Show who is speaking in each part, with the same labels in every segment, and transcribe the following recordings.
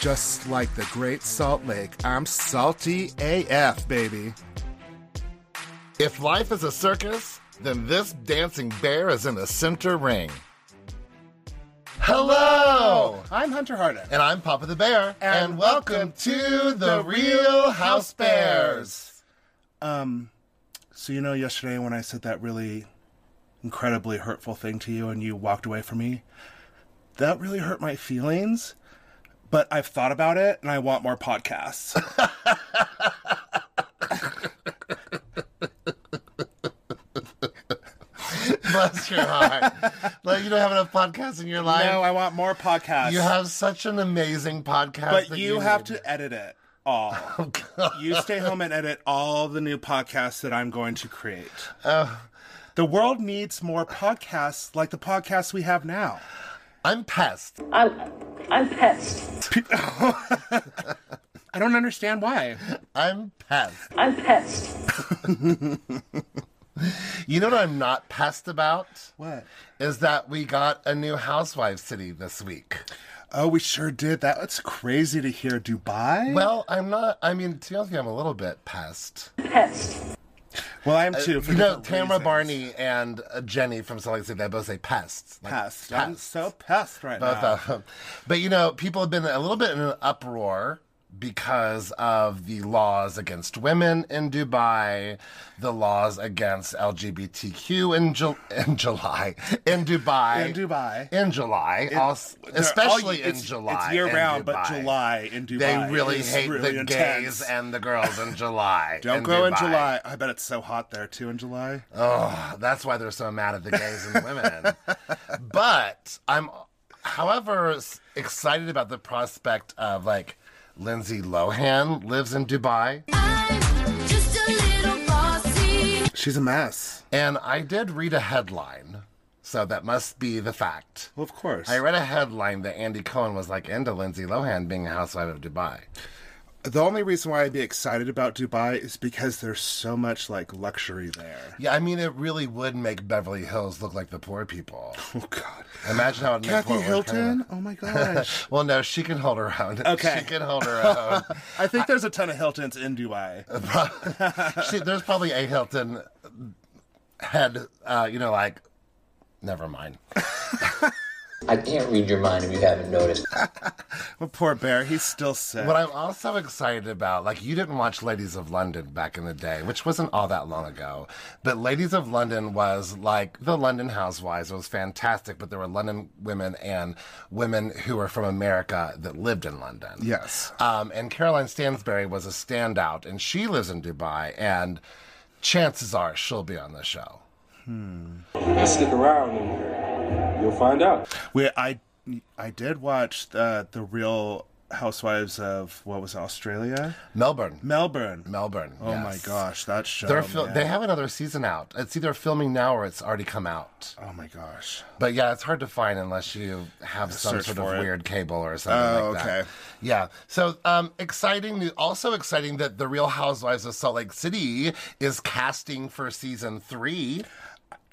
Speaker 1: Just like the Great Salt Lake, I'm salty AF, baby.
Speaker 2: If life is a circus, then this dancing bear is in the center ring. Hello!
Speaker 1: I'm Hunter Harden.
Speaker 2: And I'm Papa the Bear.
Speaker 1: And welcome to the Real House Bears. Um, so you know, yesterday when I said that really incredibly hurtful thing to you and you walked away from me, that really hurt my feelings. But I've thought about it and I want more podcasts.
Speaker 2: Bless your heart. like, you don't have enough podcasts in your life.
Speaker 1: no, I want more podcasts.
Speaker 2: you have such an amazing podcast.
Speaker 1: but
Speaker 2: that
Speaker 1: you have
Speaker 2: need. Oh,
Speaker 1: to edit it all. you stay home and edit all the new podcasts that I'm going to create.
Speaker 2: Uh,
Speaker 1: the world needs more podcasts like the podcasts we have now.
Speaker 2: I'm pest.
Speaker 3: I'm, I'm pissed.
Speaker 1: I don't understand why.
Speaker 2: I'm pest.
Speaker 3: I'm pissed.
Speaker 2: You know what I'm not pest about?
Speaker 1: What?
Speaker 2: Is that we got a new housewife city this week.
Speaker 1: Oh, we sure did. That That's crazy to hear. Dubai?
Speaker 2: Well,
Speaker 1: Well,
Speaker 2: I'm not. I mean, to be honest with you, I'm a little bit pest.
Speaker 3: Pissed.
Speaker 1: I'm too. for
Speaker 2: uh, You know,
Speaker 1: different
Speaker 2: Tamara
Speaker 1: reasons.
Speaker 2: Barney and uh, Jenny from Salt Lake City, they both say pests. Like,
Speaker 1: Pest. I'm so pest right
Speaker 2: Both
Speaker 1: now.
Speaker 2: of them. But, you know, people have been a little bit in an uproar because of the laws against women in Dubai, the laws against LGBTQ in, Ju- in July, in Dubai.
Speaker 1: In Dubai.
Speaker 2: In July. also,
Speaker 1: They're all-
Speaker 2: especially in
Speaker 1: it's-
Speaker 2: July.
Speaker 1: It's year
Speaker 2: in
Speaker 1: round, but
Speaker 2: Dubai.
Speaker 1: July in Dubai.
Speaker 2: They really
Speaker 1: is
Speaker 2: hate
Speaker 1: really
Speaker 2: the
Speaker 1: intense.
Speaker 2: gays and the girls in July.
Speaker 1: Don't go in July. I bet it's so hot there too in July.
Speaker 2: Oh, that's why they're so mad at the gays and women. but I'm, however, s- excited about the prospect of like Lindsay Lohan lives in Dubai.
Speaker 4: I'm just a little bossy.
Speaker 1: She's a mess.
Speaker 2: And I did read a headline, so that must be the fact.
Speaker 1: Well, of course.
Speaker 2: I read a headline that Andy Cohen was like into Lindsay Lohan being a housewife of Dubai.
Speaker 1: the only reason why I'd be excited about Dubai is because there's so much like luxury there.
Speaker 2: Yeah, I mean, it really would make Beverly Hills look like the poor people.
Speaker 1: Oh God.
Speaker 2: Imagine how it would make
Speaker 1: Kathy
Speaker 2: Portland Canada.
Speaker 1: Hilton. Oh my gosh.
Speaker 2: Well, no, she can hold her own.
Speaker 1: Okay.
Speaker 2: She can hold her own.
Speaker 1: I think there's a ton of Hiltons in Dubai.
Speaker 2: She, there's probably a Hilton head, uh, you know, like, never mind.
Speaker 5: I can't read your mind if you haven't noticed.
Speaker 1: Well, poor bear. He's still sick.
Speaker 2: What I'm also excited about, like, you didn't watch Ladies of London back in the day, which wasn't all that long ago, but Ladies of London was like the London Housewives. It was fantastic, but there were London women and women who were from America that lived in London.
Speaker 1: yes.
Speaker 2: Um, and Caroline Stansberry was a standout, and she lives in Dubai, and chances are she'll be on the show.
Speaker 6: Let's stick around and you'll find out.
Speaker 1: We I I did watch the the Real Housewives of what was it, Australia,
Speaker 2: Melbourne.
Speaker 1: Melbourne.
Speaker 2: Melbourne.
Speaker 1: oh my
Speaker 2: yes.
Speaker 1: gosh, that show.
Speaker 2: They're fil-
Speaker 1: man.
Speaker 2: they have another season out. It's either filming now or it's already come out.
Speaker 1: oh my gosh.
Speaker 2: But yeah, it's hard to find unless you have some
Speaker 1: Search
Speaker 2: sort of
Speaker 1: for it.
Speaker 2: weird cable or something
Speaker 1: Oh,
Speaker 2: like that.
Speaker 1: okay.
Speaker 2: Yeah. So um, exciting. new- Also exciting that The Real Housewives of Salt Lake City is casting for season three.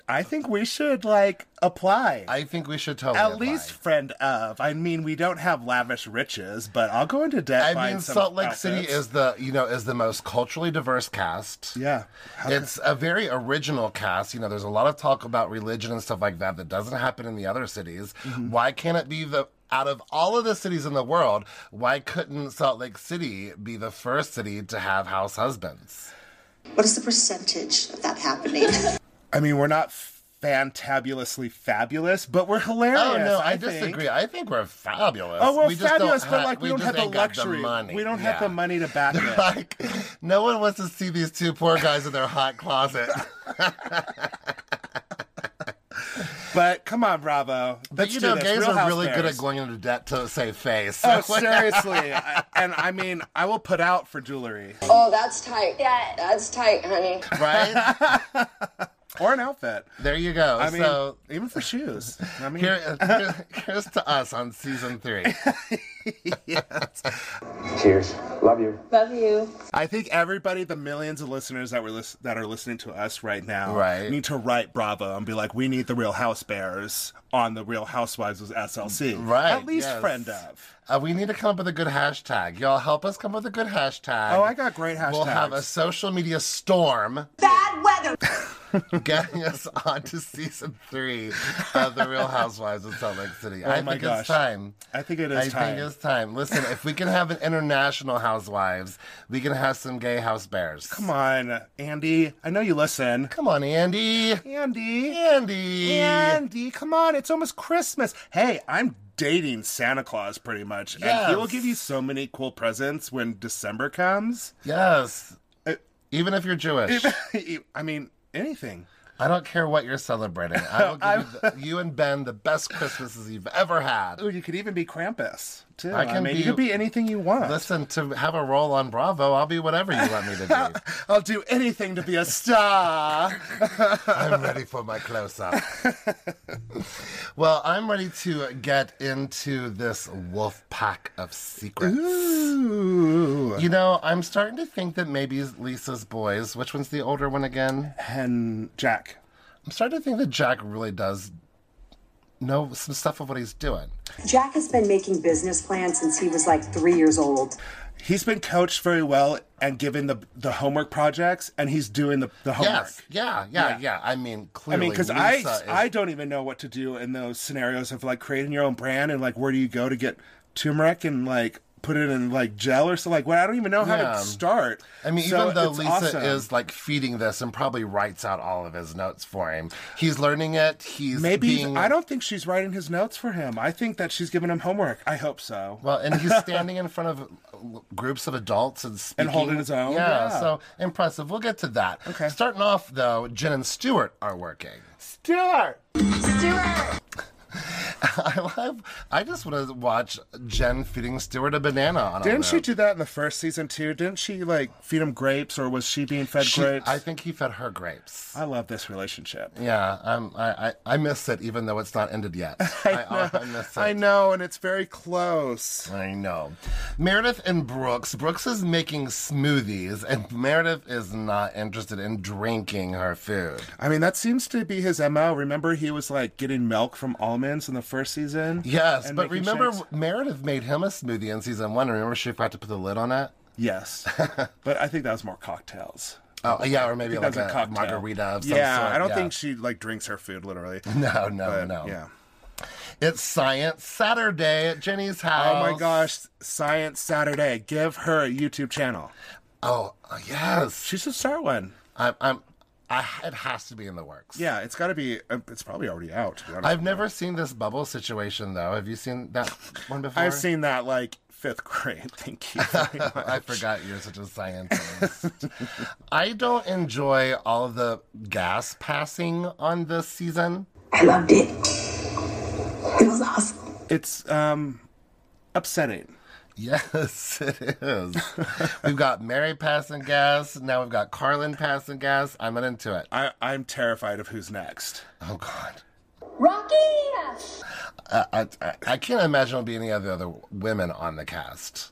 Speaker 1: I think we should like apply.
Speaker 2: I think we should totally
Speaker 1: at
Speaker 2: apply.
Speaker 1: least friend of. I mean, we don't have lavish riches, but I'll go into debt.
Speaker 2: I
Speaker 1: buying
Speaker 2: mean,
Speaker 1: some
Speaker 2: Salt Lake City
Speaker 1: outfits.
Speaker 2: is the you know is the most culturally diverse cast.
Speaker 1: yeah. How could-
Speaker 2: It's a very original cast. You know, there's a lot of talk about religion and stuff like that that doesn't happen in the other cities.
Speaker 1: Mm-hmm.
Speaker 2: Why can't it be the out of all of the cities in the world, why couldn't Salt Lake City be the first city to have house husbands?
Speaker 7: What is the percentage of that happening?
Speaker 1: I mean, we're not fantabulously fabulous, but we're hilarious.
Speaker 2: Oh no, I,
Speaker 1: think.
Speaker 2: disagree. I think we're fabulous.
Speaker 1: Oh, we're
Speaker 2: We just don't
Speaker 1: fabulous, but
Speaker 2: ha-
Speaker 1: like we, don't
Speaker 2: just
Speaker 1: have the
Speaker 2: ain't got
Speaker 1: luxury.
Speaker 2: money.
Speaker 1: We don't have
Speaker 2: Yeah.
Speaker 1: the money to back it.
Speaker 2: Like, no one wants to see these two poor guys in their hot closet.
Speaker 1: But come on, Bravo.
Speaker 2: But
Speaker 1: Let's
Speaker 2: you
Speaker 1: do
Speaker 2: know,
Speaker 1: this.
Speaker 2: gays
Speaker 1: Real
Speaker 2: are
Speaker 1: House
Speaker 2: really good
Speaker 1: Bears.
Speaker 2: at going into debt to save face.
Speaker 1: Oh, seriously. I- and I mean, I will put out for jewelry
Speaker 8: Oh, that's tight. Yeah. That's tight, honey.
Speaker 2: right?
Speaker 1: or an outfit.
Speaker 2: There you go.
Speaker 1: I mean,
Speaker 2: so uh,
Speaker 1: even for shoes. I mean,
Speaker 2: here, here's to us on season three.
Speaker 6: Cheers. Love you.
Speaker 8: Love you.
Speaker 1: I think everybody, the millions of listeners that were lis- that are listening to us right now,
Speaker 2: Right.
Speaker 1: need to write Bravo and be like, "We need the Real House Bears on the Real Housewives of SLC."
Speaker 2: Right,
Speaker 1: At least
Speaker 2: yes.
Speaker 1: friend of.
Speaker 2: Uh, we need to come up with a good hashtag. Y'all help us come up with a good hashtag.
Speaker 1: Oh, I got great hashtags.
Speaker 2: We'll have a social media storm
Speaker 9: Bad weather.
Speaker 2: getting us on to season three of The Real Housewives of Salt Lake City. I
Speaker 1: Oh my
Speaker 2: think
Speaker 1: gosh.
Speaker 2: it's time.
Speaker 1: I think it is
Speaker 2: I
Speaker 1: time.
Speaker 2: think it's time. Listen, if we can have an international housewives, we can have some gay house bears.
Speaker 1: Come on, Andy. I know you listen.
Speaker 2: Come on, Andy.
Speaker 1: Andy.
Speaker 2: Andy.
Speaker 1: Andy, come on. It's almost Christmas. Hey, I'm dating Santa Claus pretty much. And he will
Speaker 2: Yes.
Speaker 1: give you so many cool presents when December comes.
Speaker 2: Yes. Even if you're Jewish,
Speaker 1: I mean, anything.
Speaker 2: I don't care what you're celebrating. I will give you, the, you and Ben the best Christmases you've ever had.
Speaker 1: Ooh, you could even be Krampus, too. I,
Speaker 2: I can
Speaker 1: mean,
Speaker 2: be-
Speaker 1: you could be anything you want.
Speaker 2: Listen, to have a role on Bravo, I'll be whatever you want me to be.
Speaker 1: I'll do anything to be a star.
Speaker 2: I'm ready for my close up. well, I'm ready to get into this wolf pack of secrets.
Speaker 1: Ooh.
Speaker 2: You know, I'm starting to think that maybe Lisa's boys, which one's the older one again?
Speaker 1: And Jack.
Speaker 2: I'm starting to think that Jack really does know some stuff of what he's doing.
Speaker 9: Jack has been making business plans since he was like three years old.
Speaker 1: He's been coached very well and given the the homework projects, and he's doing the, the homework.
Speaker 2: Yes. Yeah, yeah, yeah, I mean,
Speaker 1: I
Speaker 2: clearly.
Speaker 1: mean, because
Speaker 2: Lisa
Speaker 1: I
Speaker 2: is-
Speaker 1: I don't even know what to do in those scenarios of like creating your own brand and like where do you go to get turmeric and like put it in like gel or something like. Well, I don't even know how
Speaker 2: Yeah.
Speaker 1: to start.
Speaker 2: I mean,
Speaker 1: So
Speaker 2: even though
Speaker 1: it's
Speaker 2: Lisa
Speaker 1: awesome.
Speaker 2: is like feeding this and probably writes out all of his notes for him, he's learning it. He's
Speaker 1: Maybe
Speaker 2: being-
Speaker 1: I don't think she's writing his notes for him. I think that she's giving him homework. I hope so.
Speaker 2: Well, and he's standing in front of l- groups of adults and speaking.
Speaker 1: holding his own,
Speaker 2: Yeah,
Speaker 1: yeah.
Speaker 2: so impressive. We'll get to that.
Speaker 1: Okay.
Speaker 2: Starting off, though, Jen and Stuart are working.
Speaker 1: Stuart.
Speaker 2: I love, I just want to watch Jen feeding Stuart a banana on a
Speaker 1: Didn't she
Speaker 2: loop.
Speaker 1: do that in the first season too? Didn't she like feed him grapes, or was she being fed
Speaker 2: She-
Speaker 1: grapes?
Speaker 2: I think he fed her grapes.
Speaker 1: I love this relationship.
Speaker 2: Yeah, um, I, I, I miss it, even though it's not ended yet. I, I miss it.
Speaker 1: I know, and it's very close.
Speaker 2: I know. Meredith and Brooks. Brooks is making smoothies, and Meredith is not interested in drinking her food.
Speaker 1: I mean, that seems to be his MO. Remember, he was like getting milk from almonds in the first season?
Speaker 2: Yes,
Speaker 1: And
Speaker 2: but
Speaker 1: making
Speaker 2: remember,
Speaker 1: shakes?
Speaker 2: Meredith made him a smoothie in season one. and Remember, she forgot to put the lid on it.
Speaker 1: Yes. but I think that was more cocktails.
Speaker 2: Oh, yeah, or maybe like
Speaker 1: That was
Speaker 2: a,
Speaker 1: cocktail.
Speaker 2: margarita of some
Speaker 1: yeah,
Speaker 2: sort.
Speaker 1: I don't
Speaker 2: yeah.
Speaker 1: think she like drinks her food literally.
Speaker 2: No, no,
Speaker 1: But,
Speaker 2: no.
Speaker 1: Yeah.
Speaker 2: It's Science Saturday at Jenny's house.
Speaker 1: Oh my gosh, Science Saturday. Give her a YouTube channel.
Speaker 2: Oh yes,
Speaker 1: She should start one.
Speaker 2: I'm. I'm I, it has to be in the works.
Speaker 1: Yeah, it's got to be. uh, It's probably already out. to be honest.
Speaker 2: I've never seen this bubble situation though. Have you seen that one before?
Speaker 1: I've seen that like fifth grade. Thank you. very much.
Speaker 2: I forgot you're such a scientist. I don't enjoy all of the gas passing on this season.
Speaker 9: I loved it. It was awesome.
Speaker 1: It's um upsetting.
Speaker 2: Yes, it is. we've got Mary passing gas. Now we've got Carlin passing gas. I'm not into it.
Speaker 1: I, I'm terrified of who's next.
Speaker 2: Oh God, Uh,
Speaker 8: Rocky!
Speaker 2: I, I, I can't imagine there'll be any other other women on the cast.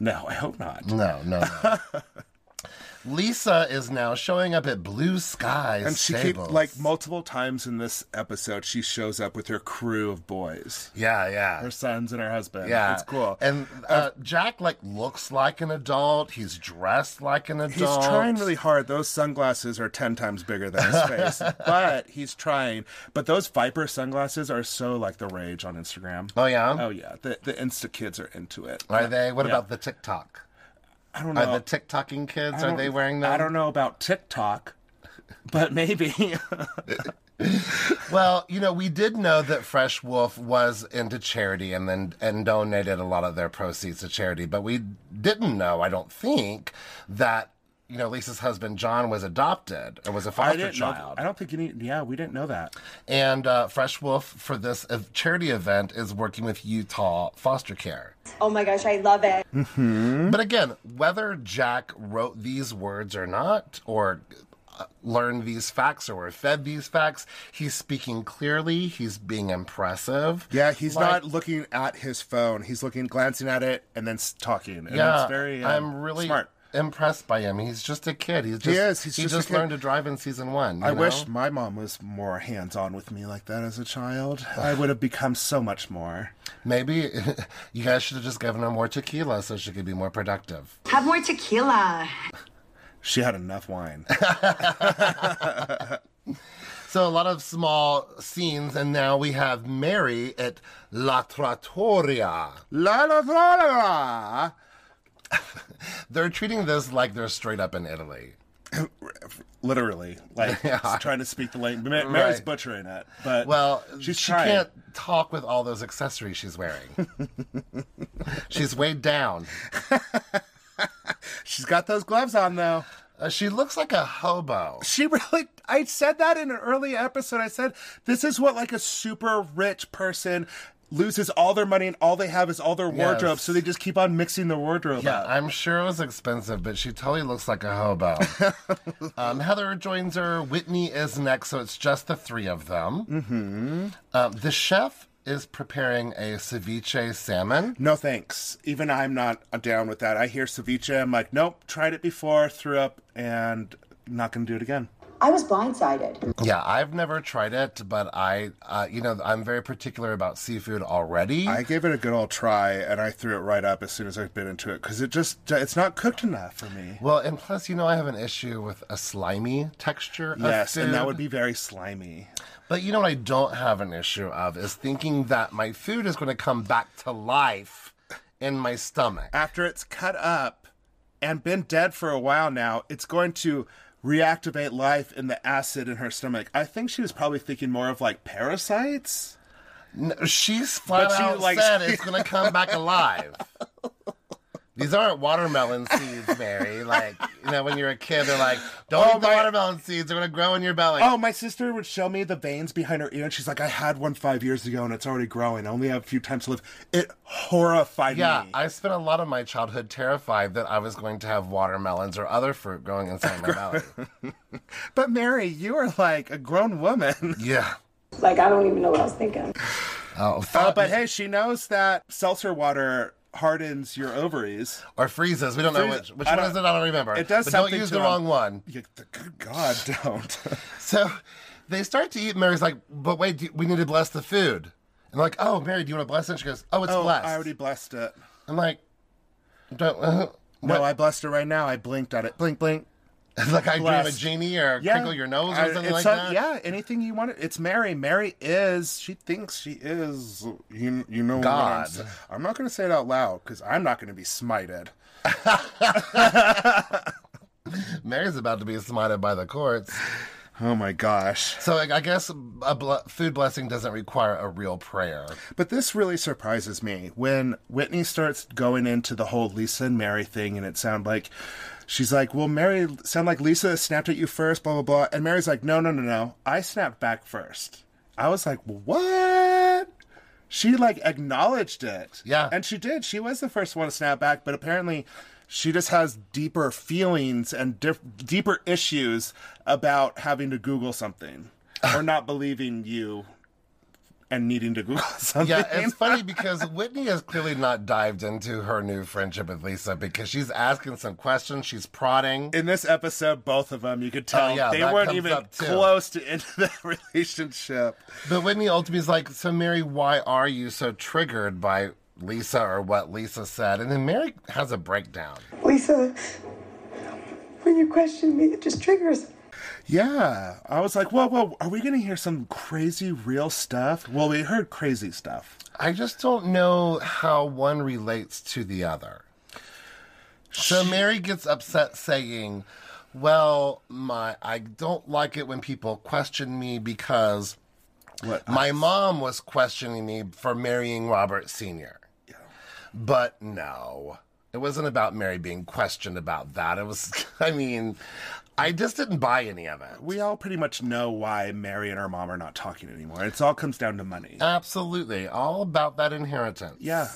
Speaker 1: No, I hope not.
Speaker 2: No, no. no. Lisa is now showing up at Blue Sky
Speaker 1: And she keep
Speaker 2: Stables.
Speaker 1: like multiple times in this episode, she shows up with her crew of boys,
Speaker 2: yeah, yeah.
Speaker 1: her sons and her husband.
Speaker 2: Yeah,
Speaker 1: it's cool.
Speaker 2: And uh, Jack like looks like an adult. He's dressed like an
Speaker 1: he's
Speaker 2: adult.
Speaker 1: trying really hard. Those sunglasses are ten times bigger than his face, but he's trying. But those Viper sunglasses are so like the rage on Instagram.
Speaker 2: Oh yeah.
Speaker 1: Oh yeah, the the Insta kids are into it.
Speaker 2: Are they? What
Speaker 1: Yeah.
Speaker 2: about the TikTok?
Speaker 1: I don't know.
Speaker 2: Are the TikToking kids?
Speaker 1: I
Speaker 2: Are
Speaker 1: don't-
Speaker 2: they wearing them?
Speaker 1: I don't know about TikTok, but maybe.
Speaker 2: Well, you know, we did know that Fresh Wolf was into charity and then and donated a lot of their proceeds to charity, but we didn't know, I don't think, that you know Lisa's husband John was adopted or was a
Speaker 1: I
Speaker 2: foster
Speaker 1: didn't know.
Speaker 2: child.
Speaker 1: I don't think you need. Yeah, we didn't know that.
Speaker 2: And uh, Fresh Wolf for this uh, charity event is working with Utah Foster Care. Mm-hmm.
Speaker 9: Oh my gosh, I love it.
Speaker 2: But again, whether Jack wrote these words or not, or learned these facts or were fed these facts. He's speaking clearly. He's being impressive.
Speaker 1: Yeah, he's
Speaker 2: Like-
Speaker 1: not looking at his phone. He's looking, glancing at it, and then s- talking. And
Speaker 2: Yeah,
Speaker 1: it's very. um,
Speaker 2: I'm really
Speaker 1: smart.
Speaker 2: impressed by him. He's just a kid. He's just,
Speaker 1: is. He's
Speaker 2: he
Speaker 1: just
Speaker 2: just,
Speaker 1: a kid.
Speaker 2: learned to drive in season one. you
Speaker 1: I wish
Speaker 2: know?
Speaker 1: my mom was more hands-on with me like that as a child. I would have become so much more.
Speaker 2: maybe you guys should have just given her more tequila so she could be more productive.
Speaker 10: Have more tequila.
Speaker 1: She had enough wine.
Speaker 2: So a lot of small scenes, and now we have Mary at La Trattoria.
Speaker 1: la la la la la.
Speaker 2: They're treating this like they're straight up in Italy.
Speaker 1: Literally, like s- trying to speak the language. Ma- Mary's
Speaker 2: Right.
Speaker 1: butchering it, but
Speaker 2: Well,
Speaker 1: she's
Speaker 2: she
Speaker 1: trying.
Speaker 2: can't talk with all those accessories she's wearing. she's weighed down.
Speaker 1: She's got those gloves on though.
Speaker 2: Uh, she looks like a hobo.
Speaker 1: She really. I said that in an early episode. I said this is what like a super rich person loses all their money and all they have is all their wardrobe,
Speaker 2: Yes.
Speaker 1: so they just keep on mixing their wardrobe
Speaker 2: Yeah,
Speaker 1: up.
Speaker 2: I'm sure it was expensive, but she totally looks like a hobo. um, Heather joins her. Whitney is next, so it's just the three of them. Mm-hmm. Um, the chef is preparing a ceviche salmon.
Speaker 1: No thanks. Even I'm not down with that. I hear ceviche. I'm like, nope. Tried it before, threw up, and not gonna do it again.
Speaker 9: I was blindsided.
Speaker 2: Yeah, I've never tried it, but I, uh, you know, I'm very particular about seafood already.
Speaker 1: I gave it a good old try, and I threw it right up as soon as I bit into it because it just it's not cooked enough for me.
Speaker 2: well, and plus, you know, I have an issue with a slimy texture. of
Speaker 1: Yes, and that
Speaker 2: food.
Speaker 1: would be very slimy.
Speaker 2: But you know what I don't have an issue of is thinking that my food is going to come back to life in my stomach.
Speaker 1: After it's cut up and been dead for a while now, it's going to reactivate life in the acid in her stomach. I think she was probably thinking more of like parasites.
Speaker 2: No, she's flat
Speaker 1: But she,
Speaker 2: out
Speaker 1: like-
Speaker 2: said it's gonna come back alive. These aren't watermelon seeds, Mary. Like you know, when you're a kid, they're like, "Don't
Speaker 1: Oh,
Speaker 2: eat the
Speaker 1: my-
Speaker 2: watermelon seeds; they're gonna grow in your belly."
Speaker 1: Oh, my sister would show me the veins behind her ear, and she's like, "I had one five years ago, and it's already growing. I only have a few times to live." It horrified
Speaker 2: yeah,
Speaker 1: me.
Speaker 2: I spent a lot of my childhood terrified that I was going to have watermelons or other fruit growing inside my belly.
Speaker 1: but Mary, you are like a grown woman.
Speaker 2: Yeah.
Speaker 8: Like, I don't even know what I was thinking.
Speaker 2: Oh,
Speaker 1: Uh,
Speaker 2: thought-
Speaker 1: but hey, she knows that seltzer water hardens your ovaries.
Speaker 2: or freezes. We don't know which
Speaker 1: Freeze-
Speaker 2: which
Speaker 1: I
Speaker 2: one is
Speaker 1: don't-
Speaker 2: it. I don't remember.
Speaker 1: It does
Speaker 2: But
Speaker 1: something
Speaker 2: don't use
Speaker 1: to
Speaker 2: the
Speaker 1: them.
Speaker 2: wrong one.
Speaker 1: You, good God, don't.
Speaker 2: So they start to eat. Mary's like, but wait, do, we need to bless the food. And like, oh, Mary, do you want to bless it? She goes, oh, it's
Speaker 1: oh,
Speaker 2: blessed.
Speaker 1: I already blessed it.
Speaker 2: I'm like, don't. Uh,
Speaker 1: No, I blessed it right now. I blinked at it. Blink, blink.
Speaker 2: like I dream
Speaker 1: Blessed.
Speaker 2: a genie or tickle your nose
Speaker 1: I-
Speaker 2: or something
Speaker 1: it's
Speaker 2: like that.
Speaker 1: a- Yeah, anything you want. It's Mary. Mary is. She thinks she is. You you know. what I'm
Speaker 2: God.
Speaker 1: sa- I'm not going to say it out loud because I'm not going to be smited.
Speaker 2: Mary's about to be smited by the courts.
Speaker 1: Oh my gosh!
Speaker 2: So like, I guess a bl- food blessing doesn't require a real prayer.
Speaker 1: But this really surprises me when Whitney starts going into the whole Lisa and Mary thing, and it sound like she's like, "Well, Mary sound like Lisa snapped at you first, blah blah blah," and Mary's like, "No, no, no, no, I snapped back first. I was like, "What?" She like acknowledged it,
Speaker 2: Yeah.
Speaker 1: and she did. She was the first one to snap back, but apparently. She just has deeper feelings and diff- deeper issues about having to Google something or not believing you and needing to Google something.
Speaker 2: Yeah, it's funny because Whitney has clearly not dived into her new friendship with Lisa because she's asking some questions, she's prodding.
Speaker 1: in this episode, both of them, you could tell
Speaker 2: Oh, yeah,
Speaker 1: they
Speaker 2: that
Speaker 1: weren't
Speaker 2: comes
Speaker 1: even
Speaker 2: up, too.
Speaker 1: close to end of that relationship.
Speaker 2: But Whitney ultimately is like, so Mary, why are you so triggered by Lisa or what Lisa said? And then Mary has a breakdown.
Speaker 8: Lisa, when you question me, it just triggers.
Speaker 1: Yeah, I was like, whoa, whoa, are we going to hear some crazy real stuff? Well, we heard crazy stuff.
Speaker 2: I just don't know how one relates to the other. So Mary gets upset saying, "Well, my I don't like it when people question me because
Speaker 1: What?
Speaker 2: my mom was questioning me for marrying Robert Sr." But no. It wasn't about Mary being questioned about that. It was I mean, I just didn't buy any of it.
Speaker 1: we all pretty much know why Mary and her mom are not talking anymore. It's all comes down to money.
Speaker 2: Absolutely. All about that inheritance.
Speaker 1: yeah,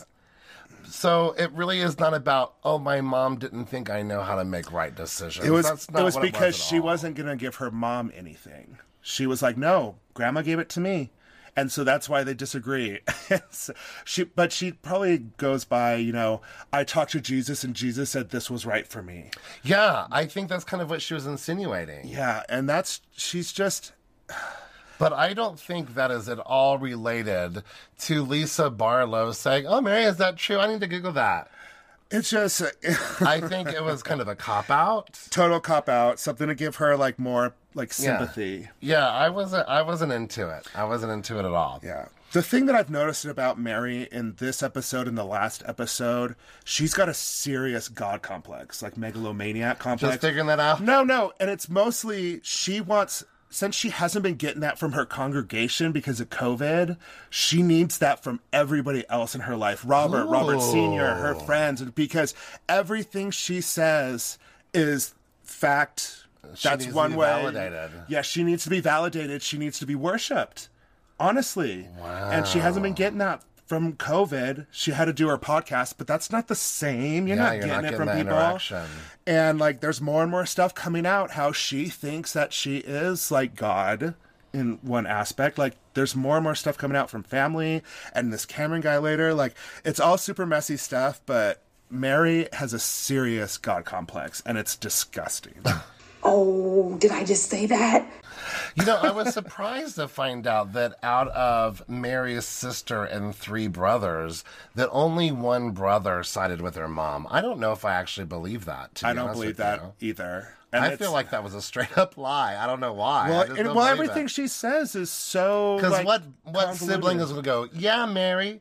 Speaker 2: So it really is not about oh my mom didn't think I know how to make right decisions.
Speaker 1: It was
Speaker 2: That's
Speaker 1: it
Speaker 2: not
Speaker 1: was
Speaker 2: what
Speaker 1: because
Speaker 2: at
Speaker 1: she
Speaker 2: all.
Speaker 1: wasn't gonna give her mom anything. She was like, "No, grandma gave it to me," and so that's why they disagree. So she, but she probably goes by, you know, I talked to Jesus and Jesus said this was right for me.
Speaker 2: Yeah, I think that's kind of what she was insinuating.
Speaker 1: Yeah, and that's she's just
Speaker 2: But I don't think that is at all related to Lisa Barlow saying, "Oh, Mary, is that true? I need to Google that."
Speaker 1: it's just
Speaker 2: I think it was kind of a cop out.
Speaker 1: total cop out. Something to give her like more like
Speaker 2: Yeah.
Speaker 1: sympathy.
Speaker 2: Yeah, I wasn't. I wasn't into it. I wasn't into it at all.
Speaker 1: Yeah. The thing that I've noticed about Mary in this episode and the last episode, she's got a serious god complex, like megalomaniac complex.
Speaker 2: Just figuring that out.
Speaker 1: No, no, and it's mostly she wants since she hasn't been getting that from her congregation because of COVID, she needs that from everybody else in her life. Robert, Robert Sr., her
Speaker 2: Oh.
Speaker 1: friends, and because everything she says is fact. That's
Speaker 2: needs to
Speaker 1: one
Speaker 2: be
Speaker 1: way.
Speaker 2: validated.
Speaker 1: Yeah, she needs to be validated. She needs to be worshipped. Honestly. And she hasn't been getting that from COVID. She had to do her podcast, but that's not the same. You're
Speaker 2: Yeah,
Speaker 1: not
Speaker 2: you're
Speaker 1: getting
Speaker 2: not
Speaker 1: it
Speaker 2: getting
Speaker 1: from
Speaker 2: that
Speaker 1: people
Speaker 2: interaction.
Speaker 1: and like there's more and more stuff coming out how she thinks that she is like god in one aspect like there's more and more stuff coming out from family and this cameron guy later like it's all super messy stuff but mary has a serious god complex and it's disgusting
Speaker 8: Oh, did I just say that?
Speaker 2: You know, I was surprised to find out that out of Mary's sister and three brothers, that only one brother sided with her mom. I don't know if I actually believe that. To be
Speaker 1: i don't
Speaker 2: honest
Speaker 1: believe
Speaker 2: with
Speaker 1: that
Speaker 2: you.
Speaker 1: either and
Speaker 2: I
Speaker 1: it's-
Speaker 2: feel like that was a straight up lie. I don't know why.
Speaker 1: well, and, well everything she says is so
Speaker 2: because
Speaker 1: like,
Speaker 2: what what
Speaker 1: convoluted.
Speaker 2: sibling is going to go? Yeah, Mary.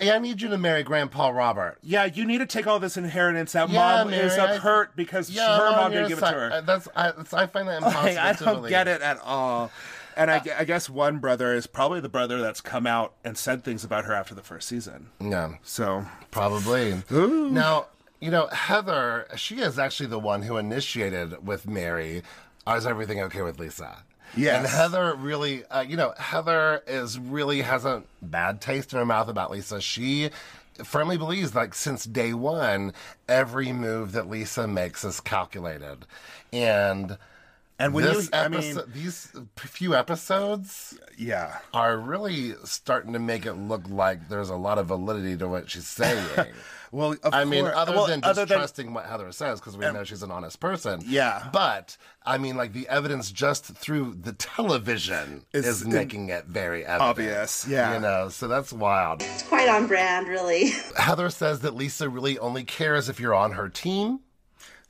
Speaker 2: Hey, I need you to marry Grandpa Robert.
Speaker 1: yeah you need to take all this inheritance that
Speaker 2: Yeah,
Speaker 1: mom is
Speaker 2: Mary, I-
Speaker 1: hurt because
Speaker 2: Yeah,
Speaker 1: her
Speaker 2: I'm on
Speaker 1: mom didn't
Speaker 2: your
Speaker 1: give it to
Speaker 2: side.
Speaker 1: her
Speaker 2: Uh, That's I, that's- I find that impossible.
Speaker 1: Hey, I
Speaker 2: to
Speaker 1: don't
Speaker 2: believe.
Speaker 1: get it at all. Uh, And I, gue- I guess one brother is probably the brother that's come out and said things about her after the first season.
Speaker 2: Yeah.
Speaker 1: So
Speaker 2: Probably. Now, you know, Heather, she is actually the one who initiated with Mary. Is everything okay with Lisa?
Speaker 1: Yes.
Speaker 2: And Heather really, uh, you know, Heather is really has a bad taste in her mouth about Lisa. She firmly believes, like, since day one, every move that Lisa makes is calculated. And
Speaker 1: and when
Speaker 2: this
Speaker 1: you, I mean,
Speaker 2: episode, these few episodes
Speaker 1: yeah,
Speaker 2: are really starting to make it look like there's a lot of validity to what she's saying.
Speaker 1: well, of
Speaker 2: I mean,
Speaker 1: course-
Speaker 2: other
Speaker 1: well,
Speaker 2: than just
Speaker 1: other than-
Speaker 2: trusting what Heather says, because we know she's an honest person.
Speaker 1: Yeah.
Speaker 2: But I mean, like the evidence just through the television
Speaker 1: It's-
Speaker 2: is
Speaker 1: it-
Speaker 2: making it very evident.
Speaker 1: Obvious, yeah.
Speaker 2: You know, so that's wild.
Speaker 7: It's quite on brand, really.
Speaker 2: Heather says that Lisa really only cares if you're on her team.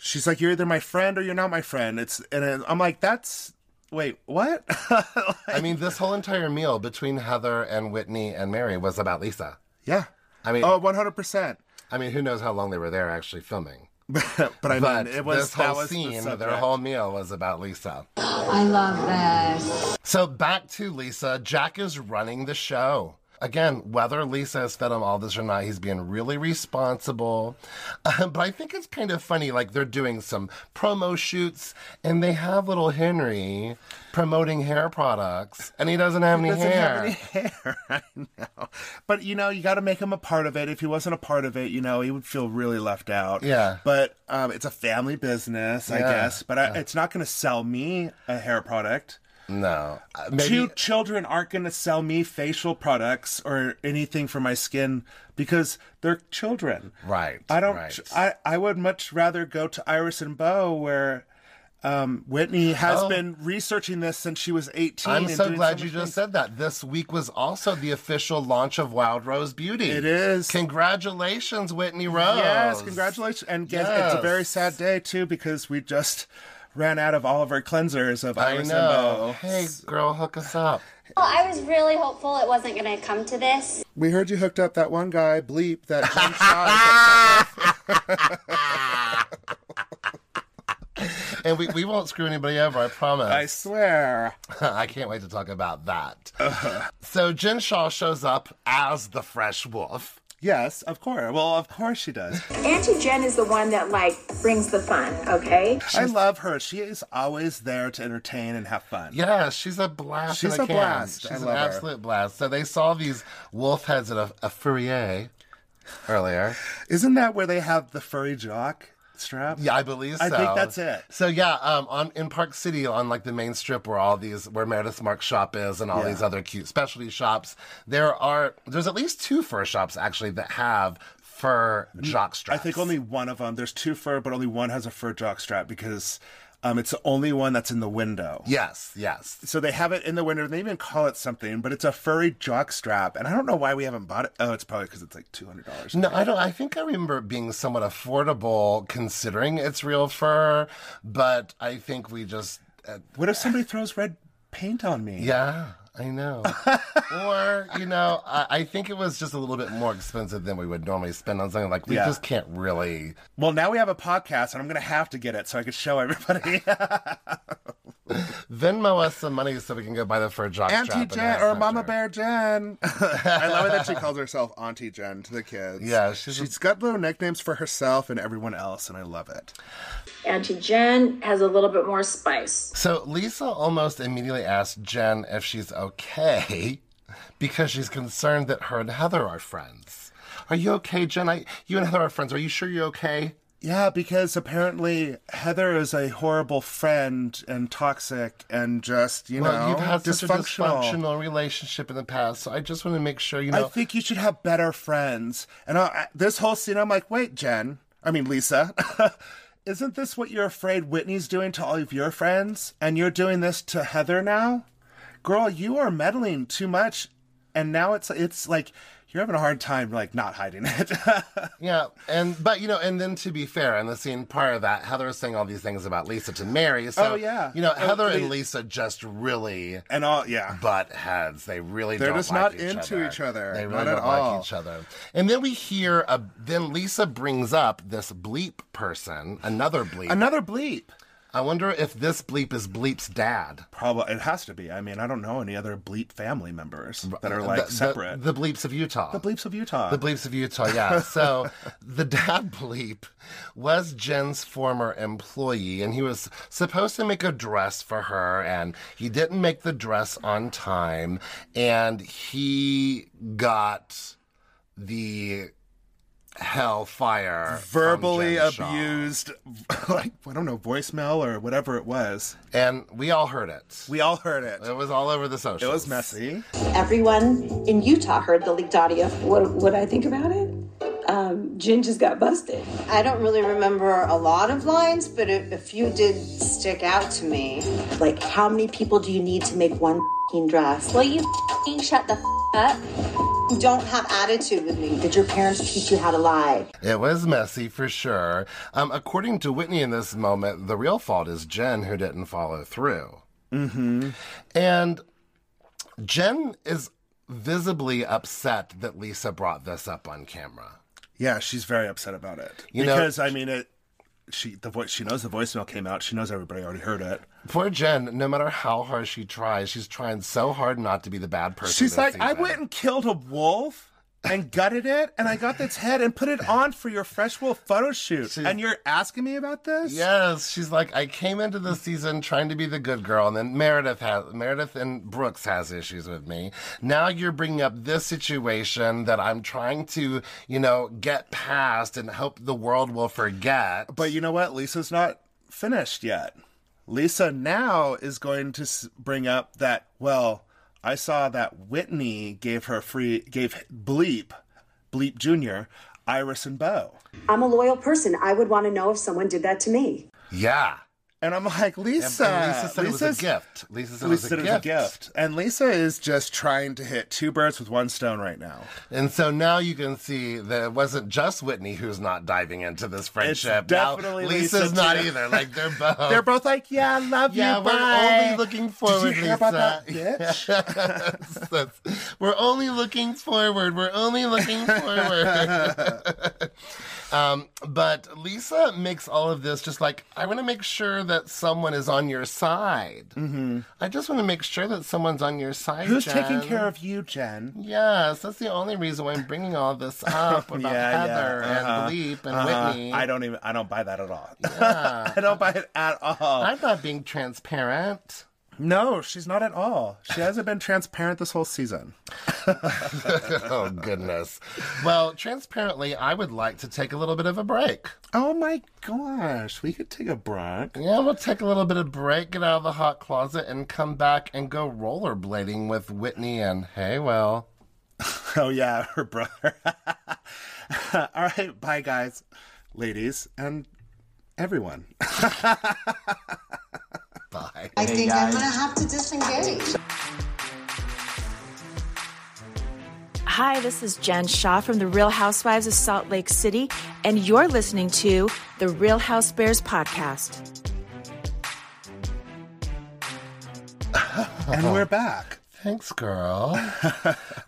Speaker 1: she's like, you're either my friend or you're not my friend. It's and it- I'm like, that's wait, what?
Speaker 2: I mean, this whole entire meal between Heather and Whitney and Mary was about Lisa.
Speaker 1: yeah,
Speaker 2: I mean,
Speaker 1: oh, 100 percent.
Speaker 2: I mean, who knows how long they were there actually filming?
Speaker 1: But I mean,
Speaker 2: But
Speaker 1: it was
Speaker 2: this whole
Speaker 1: that was the
Speaker 2: scene, their
Speaker 1: subject.
Speaker 2: whole meal was about Lisa.
Speaker 4: I love this.
Speaker 2: So back to Lisa. Jack is running the show. Again, whether Lisa has fed him all this or not, he's being really responsible. Um, but I think it's kind of funny. Like they're doing some promo shoots, and they have little Henry promoting hair products, and he doesn't have any
Speaker 1: doesn't
Speaker 2: hair.
Speaker 1: have any hair. I know. But you know, you got to make him a part of it. If he wasn't a part of it, you know, he would feel really left out.
Speaker 2: Yeah.
Speaker 1: But um, it's a family business, I
Speaker 2: Yeah.
Speaker 1: guess. But I, it's not going to sell me a hair product.
Speaker 2: No, Uh, maybe
Speaker 1: Two children aren't going to sell me facial products or anything for my skin because they're children.
Speaker 2: right.
Speaker 1: I don't.
Speaker 2: Right.
Speaker 1: I I would much rather go to Iris and Bo where. Um, Whitney has
Speaker 2: Oh.
Speaker 1: been researching this since she was 18.
Speaker 2: I'm
Speaker 1: and
Speaker 2: so
Speaker 1: doing
Speaker 2: glad
Speaker 1: much
Speaker 2: you just
Speaker 1: things.
Speaker 2: said that. This week was also the official launch of Wild Rose Beauty.
Speaker 1: It is.
Speaker 2: Congratulations, Whitney Rose.
Speaker 1: Yes, congratulations. And yes, it's a very
Speaker 2: Yes.
Speaker 1: sad day too because we just ran out of all of our cleansers of
Speaker 2: I
Speaker 1: Iris
Speaker 2: know.
Speaker 1: and Bo.
Speaker 2: Hey, girl, hook us up.
Speaker 10: Well, I was really hopeful it wasn't going to come to this.
Speaker 1: We heard you hooked up that one guy, bleep, that one shot.
Speaker 2: And we, we won't screw anybody over, I promise.
Speaker 1: I swear.
Speaker 2: I can't wait to talk about that.
Speaker 1: Uh-huh.
Speaker 2: So Jen Shaw shows up as the Fresh Wolf.
Speaker 1: Yes, of course. Well, of course she does.
Speaker 11: Auntie Jen is the one that like brings the fun, okay?
Speaker 1: I love her. She is always there to entertain and have fun.
Speaker 2: Yeah, she's a blast.
Speaker 1: She's
Speaker 2: in
Speaker 1: a
Speaker 2: can.
Speaker 1: blast.
Speaker 2: She's
Speaker 1: I
Speaker 2: an
Speaker 1: love her.
Speaker 2: absolute blast. So they saw these wolf heads at a, a fourier. earlier.
Speaker 1: Isn't that where they have the furry jock strap?
Speaker 2: Yeah, I believe so.
Speaker 1: I think that's it.
Speaker 2: So yeah, um, on in Park City, on like the main strip where all these where Meredith Mark's shop is, and all
Speaker 1: Yeah.
Speaker 2: these other cute specialty shops, there are there's at least two fur shops actually that have fur jock
Speaker 1: I
Speaker 2: straps.
Speaker 1: think only one of them. There's two fur, but only one has a fur jock strap because um, it's the only one that's in the window.
Speaker 2: yes, yes.
Speaker 1: So they have it in the window. They even call it something, but it's a furry jock strap. And I don't know why we haven't bought it. Oh, it's probably because it's like two hundred dollars.
Speaker 2: No, I don't. I think I remember it being somewhat affordable considering it's real fur, but I think we just uh,
Speaker 1: What if somebody throws red paint on me?
Speaker 2: yeah. I know. or, you know, I, I think it was just a little bit more expensive than we would normally spend on something. Like, we
Speaker 1: Yeah.
Speaker 2: just can't really
Speaker 1: Well, now we have a podcast, and I'm gonna have to get it so I can show everybody.
Speaker 2: Venmo us some money so we can go buy the fur jock strap.
Speaker 1: Auntie
Speaker 2: and
Speaker 1: Jen
Speaker 2: have
Speaker 1: or
Speaker 2: some
Speaker 1: Mama
Speaker 2: shirt.
Speaker 1: Bear Jen. I love it that she calls herself Auntie Jen to the kids.
Speaker 2: Yeah, she's
Speaker 1: she's,
Speaker 2: a-
Speaker 1: she's got little nicknames for herself and everyone else, and I love it.
Speaker 11: Auntie Jen has a little bit more spice.
Speaker 2: So Lisa almost immediately asked Jen if she's okay because she's concerned that her and Heather are friends. Are you okay, Jen? I, you and Heather are friends. Are you sure you're okay?
Speaker 1: Yeah, because apparently Heather is a horrible friend and toxic and just you
Speaker 2: Well,
Speaker 1: know
Speaker 2: you've had such a
Speaker 1: dysfunctional.
Speaker 2: dysfunctional relationship in the past, so I just want to make sure you
Speaker 1: I
Speaker 2: know.
Speaker 1: think you should have better friends. And I, I- this whole scene, I'm like, wait, Jen. I mean, Lisa. Isn't this what you're afraid Whitney's doing to all of your friends? And you're doing this to Heather now? Girl, you are meddling too much. And now it's it's like you're having a hard time like not hiding it.
Speaker 2: yeah, and but you know, and then to be fair, in the scene prior to that, Heather is saying all these things about Lisa to Mary. So
Speaker 1: Oh, yeah.
Speaker 2: you know,
Speaker 1: Oh,
Speaker 2: Heather
Speaker 1: they-
Speaker 2: and Lisa just really
Speaker 1: and all yeah.
Speaker 2: butt heads. They really
Speaker 1: They're
Speaker 2: don't
Speaker 1: just
Speaker 2: like
Speaker 1: not
Speaker 2: each
Speaker 1: into
Speaker 2: other.
Speaker 1: each other.
Speaker 2: They really
Speaker 1: Not
Speaker 2: don't
Speaker 1: at
Speaker 2: like
Speaker 1: all.
Speaker 2: each other. And then we hear a, then Lisa brings up this bleep person, another bleep.
Speaker 1: Another bleep.
Speaker 2: I wonder if this bleep is bleep's dad.
Speaker 1: Probably it has to be. I mean, I don't know any other bleep family members that are like
Speaker 2: uh, The- the-
Speaker 1: separate.
Speaker 2: The, bleeps of Utah.
Speaker 1: The bleeps of Utah.
Speaker 2: The bleeps of Utah, yeah. So the dad bleep was Jen's former employee, and he was supposed to make a dress for her, and he didn't make the dress on time, and he got the hellfire from
Speaker 1: verbally
Speaker 2: Jen Shaw.
Speaker 1: abused, like, I don't know, voicemail or whatever it was.
Speaker 2: and we all heard it.
Speaker 1: We all heard it.
Speaker 2: It was all over the socials.
Speaker 1: It was messy.
Speaker 9: Everyone in Utah heard the leaked audio. What what I think about it? Um, Jen just got busted.
Speaker 7: I don't really remember a lot of lines, but a, a few did stick out to me.
Speaker 9: Like, how many people do you need to make one fing dress?
Speaker 10: Will you f***ing shut the f- up?
Speaker 7: Don't have attitude with me.
Speaker 9: Did your parents teach you how to lie?
Speaker 2: It was messy for sure. Um, according to Whitney in this moment, the real fault is Jen who didn't follow through. Mm-hmm. And Jen is visibly upset that Lisa brought this up on camera.
Speaker 1: Yeah, she's very upset about it.
Speaker 2: You know-
Speaker 1: because, I mean, it. She the voice she knows the voicemail came out. She knows everybody already heard it.
Speaker 2: Poor Jen, no matter how hard she tries, she's trying so hard not to be the bad person.
Speaker 1: She's
Speaker 2: this
Speaker 1: like, I
Speaker 2: season."
Speaker 1: went and killed a wolf and gutted it, and I got its head and put it on for your fresh wolf photo shoot. and you're asking me about this?
Speaker 2: Yes, she's like, I came into the season trying to be the good girl, and then Meredith has Meredith and Brooks has issues with me. Now you're bringing up this situation that I'm trying to, you know, get past and hope the world will forget.
Speaker 1: But you know what? Lisa's not finished yet. Lisa now is going to s- bring up that well, I saw that Whitney gave her free gave Bleep, Bleep Junior, Iris and Bo,
Speaker 9: I'm a loyal person. I would want to know if someone did that to me.
Speaker 2: yeah,
Speaker 1: and I'm like
Speaker 2: And-
Speaker 1: Lisa.
Speaker 2: and Lisa said it was
Speaker 1: Lisa's-
Speaker 2: a gift. Lisa said,
Speaker 1: Lisa said
Speaker 2: it
Speaker 1: it was a gift, and Lisa is just trying to hit two birds with one stone right now.
Speaker 2: And so now you can see that it wasn't just Whitney who's not diving into this friendship.
Speaker 1: definitely
Speaker 2: now,
Speaker 1: Lisa,
Speaker 2: Lisa's not
Speaker 1: too.
Speaker 2: either. Like they're both.
Speaker 1: They're both like, "Yeah, I love
Speaker 2: Yeah,
Speaker 1: you."
Speaker 2: we're
Speaker 1: bye."
Speaker 2: only looking forward,
Speaker 1: Did you hear about that
Speaker 2: Lisa.
Speaker 1: bitch?
Speaker 2: That's- that's- we're only looking forward. We're only looking forward. um, but Lisa makes all of this just like, I want to make sure that someone is on your side. Mm-hmm. I just want to make sure that someone's on your side.
Speaker 1: Who's taking
Speaker 2: Jen.
Speaker 1: care of you, Jen?
Speaker 2: Yes, that's the only reason why I'm bringing all this up about Heather
Speaker 1: uh-huh,
Speaker 2: and Bleep and
Speaker 1: uh-huh.
Speaker 2: Whitney.
Speaker 1: I don't even. I don't buy that at all. I don't buy it at all.
Speaker 2: I'm not being transparent.
Speaker 1: No, she's not at all. She hasn't been transparent this whole season.
Speaker 2: oh goodness. Well, transparently, I would like to take a little bit of a break.
Speaker 1: Oh my gosh, we could take a break.
Speaker 2: Yeah, we'll take a little bit of break, get out of the hot closet, and come back and go rollerblading with Whitney and Hey Well.
Speaker 1: Oh yeah, her brother. all right, bye guys, ladies, and everyone.
Speaker 2: Bye.
Speaker 7: I think I'm gonna have to disengage.
Speaker 12: Hi, this is Jen Shaw from The Real Housewives of Salt Lake City, and you're listening to The Real House Bears podcast.
Speaker 1: and we're back.
Speaker 2: Thanks, girl.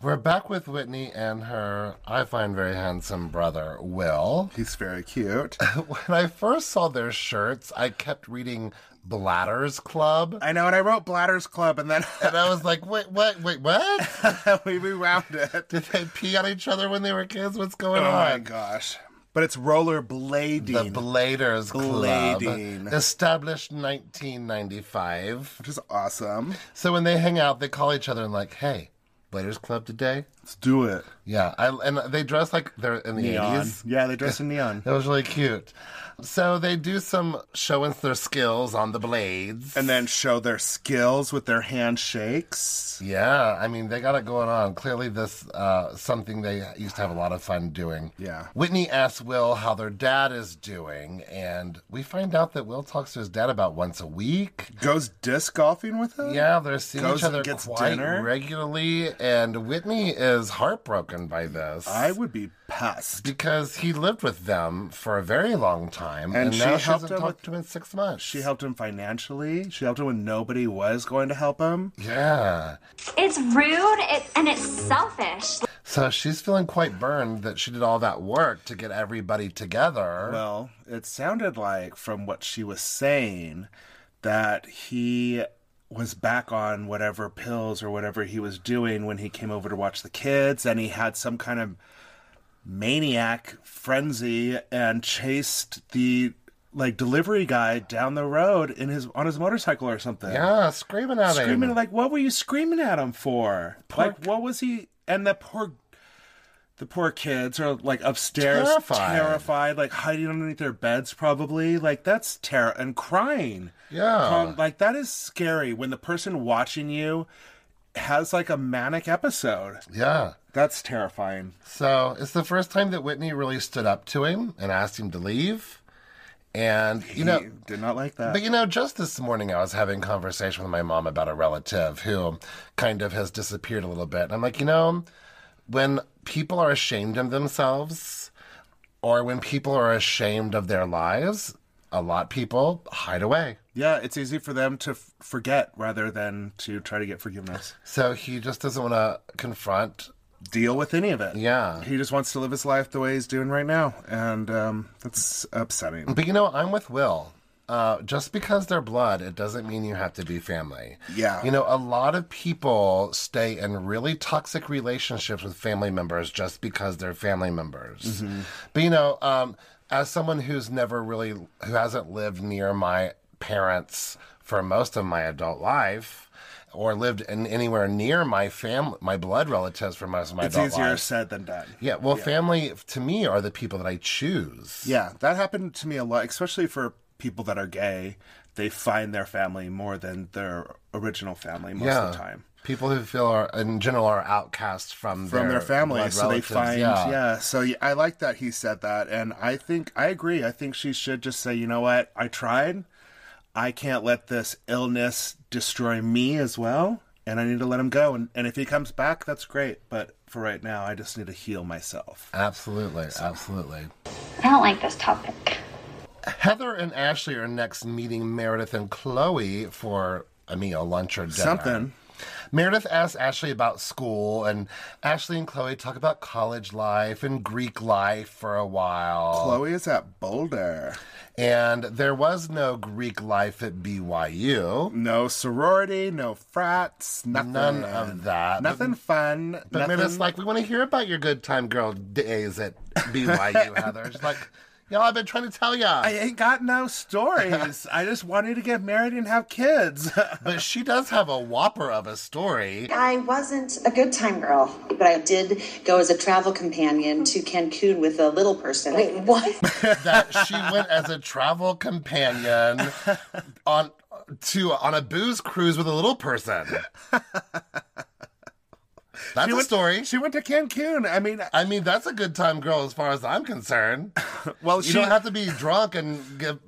Speaker 2: We're back with Whitney and her, I find, very handsome brother, Will.
Speaker 1: He's very cute.
Speaker 2: when I first saw their shirts, I kept reading Bladders Club.
Speaker 1: I know, and I wrote Bladders Club, and then
Speaker 2: and I was like, wait, what, wait, what?
Speaker 1: we rewound it.
Speaker 2: Did they pee on each other when they were kids? What's going
Speaker 1: oh
Speaker 2: on?
Speaker 1: my gosh. But it's rollerblading.
Speaker 2: The Bladers
Speaker 1: Blading.
Speaker 2: Club, established 1995.
Speaker 1: Which is awesome.
Speaker 2: So when they hang out, they call each other and like, "Hey, Bladers Club today."
Speaker 1: Let's do it.
Speaker 2: Yeah, I, and they dress like they're in the
Speaker 1: Neon.
Speaker 2: 80s.
Speaker 1: Yeah, they dress in neon.
Speaker 2: That was really cute. So they do some showing their skills on the blades.
Speaker 1: and then show their skills with their handshakes.
Speaker 2: yeah, I mean they got it going on. Clearly, this uh, something they used to have a lot of fun doing.
Speaker 1: Yeah.
Speaker 2: Whitney asks Will how their dad is doing, and we find out that Will talks to his dad about once a week.
Speaker 1: Goes disc golfing with him?
Speaker 2: Yeah, they're seeing
Speaker 1: Goes
Speaker 2: each other
Speaker 1: and gets
Speaker 2: quite
Speaker 1: dinner?
Speaker 2: regularly, and Whitney is heartbroken by this
Speaker 1: I would be pissed.
Speaker 2: because he lived with them for a very long time,
Speaker 1: And
Speaker 2: and,
Speaker 1: she
Speaker 2: now
Speaker 1: helped
Speaker 2: she hasn't
Speaker 1: him
Speaker 2: talked
Speaker 1: with-
Speaker 2: to him in six months.
Speaker 1: She helped him financially. She helped him when nobody was going to help him.
Speaker 2: Yeah.
Speaker 10: It's rude it, and it's selfish.
Speaker 2: So she's feeling quite burned that she did all that work to get everybody together.
Speaker 1: Well, it sounded like from what she was saying that he was back on whatever pills or whatever he was doing when he came over to watch the kids and he had some kind of maniac frenzy and chased the like delivery guy down the road in his on his motorcycle or something.
Speaker 2: yeah, screaming at him.
Speaker 1: Screaming like what were you screaming at him for? like what was he and the poor the poor kids are like upstairs
Speaker 2: Terrified.
Speaker 1: terrified, like hiding underneath their beds probably. Like that's terror and crying.
Speaker 2: Yeah.
Speaker 1: Um, like that is scary when the person watching you has like a manic episode.
Speaker 2: yeah.
Speaker 1: That's terrifying.
Speaker 2: So it's the first time that Whitney really stood up to him and asked him to leave. And, you know,
Speaker 1: He did not like that.
Speaker 2: But you know, just this morning I was having a conversation with my mom about a relative who kind of has disappeared a little bit. And I'm like, you know, when people are ashamed of themselves or when people are ashamed of their lives, a lot of people hide away.
Speaker 1: yeah, it's easy for them to f- forget rather than to try to get forgiveness.
Speaker 2: So he just doesn't want to confront.
Speaker 1: Deal with any of it.
Speaker 2: Yeah.
Speaker 1: He just wants to live his life the way he's doing right now. And um, that's upsetting.
Speaker 2: But you know, I'm with Will. Uh, just because they're blood, it doesn't mean you have to be family.
Speaker 1: Yeah.
Speaker 2: You know, a lot of people stay in really toxic relationships with family members just because they're family members.
Speaker 1: Mm-hmm.
Speaker 2: But you know, um, as someone who's never really, who hasn't lived near my parents for most of my adult life, or lived in anywhere near my family, my blood relatives for most of my
Speaker 1: It's
Speaker 2: adult
Speaker 1: easier
Speaker 2: life.
Speaker 1: said than done.
Speaker 2: yeah, well, family to me are the people that I choose.
Speaker 1: Yeah, that happened to me a lot, especially for people that are gay. They find their family more than their original family most of the time
Speaker 2: People who feel are in general are outcasts from
Speaker 1: from their,
Speaker 2: blood
Speaker 1: family. So
Speaker 2: relatives.
Speaker 1: they find,
Speaker 2: yeah.
Speaker 1: yeah. So yeah, I like that he said that. And I think, I agree. I think she should just say, you know what? I tried. I can't let this illness destroy me as well. And I need to let him go. And, and if he comes back, that's great. But for right now, I just need to heal myself.
Speaker 2: Absolutely, absolutely.
Speaker 10: I don't like this topic.
Speaker 2: Heather and Ashley are next meeting Meredith and Chloe for a meal, lunch, or dinner.
Speaker 1: Something.
Speaker 2: Meredith asks Ashley about school, and Ashley and Chloe talk about college life and Greek life for a while.
Speaker 1: Chloe is at Boulder.
Speaker 2: And there was no Greek life at BYU.
Speaker 1: No sorority, no frats, nothing.
Speaker 2: None of that.
Speaker 1: Nothing fun.
Speaker 2: But
Speaker 1: nothing...
Speaker 2: Meredith's like, we want to hear about your good time girl days at BYU, Heather. She's like, Y'all, I've been trying to tell ya.
Speaker 1: I ain't got no stories. I just wanted to get married and have kids.
Speaker 2: but she does have a whopper of a story.
Speaker 7: I wasn't a good time girl, but I did go as a travel companion to Cancun with a little person. Wait, what?
Speaker 2: that she went as a travel companion on to on a booze cruise with a little person. That's a
Speaker 1: went-
Speaker 2: story. Uh,
Speaker 1: She went to Cancun. I mean,
Speaker 2: I mean, that's a good time girl as far as I'm concerned.
Speaker 1: well,
Speaker 2: you
Speaker 1: she
Speaker 2: don't have to be drunk and give,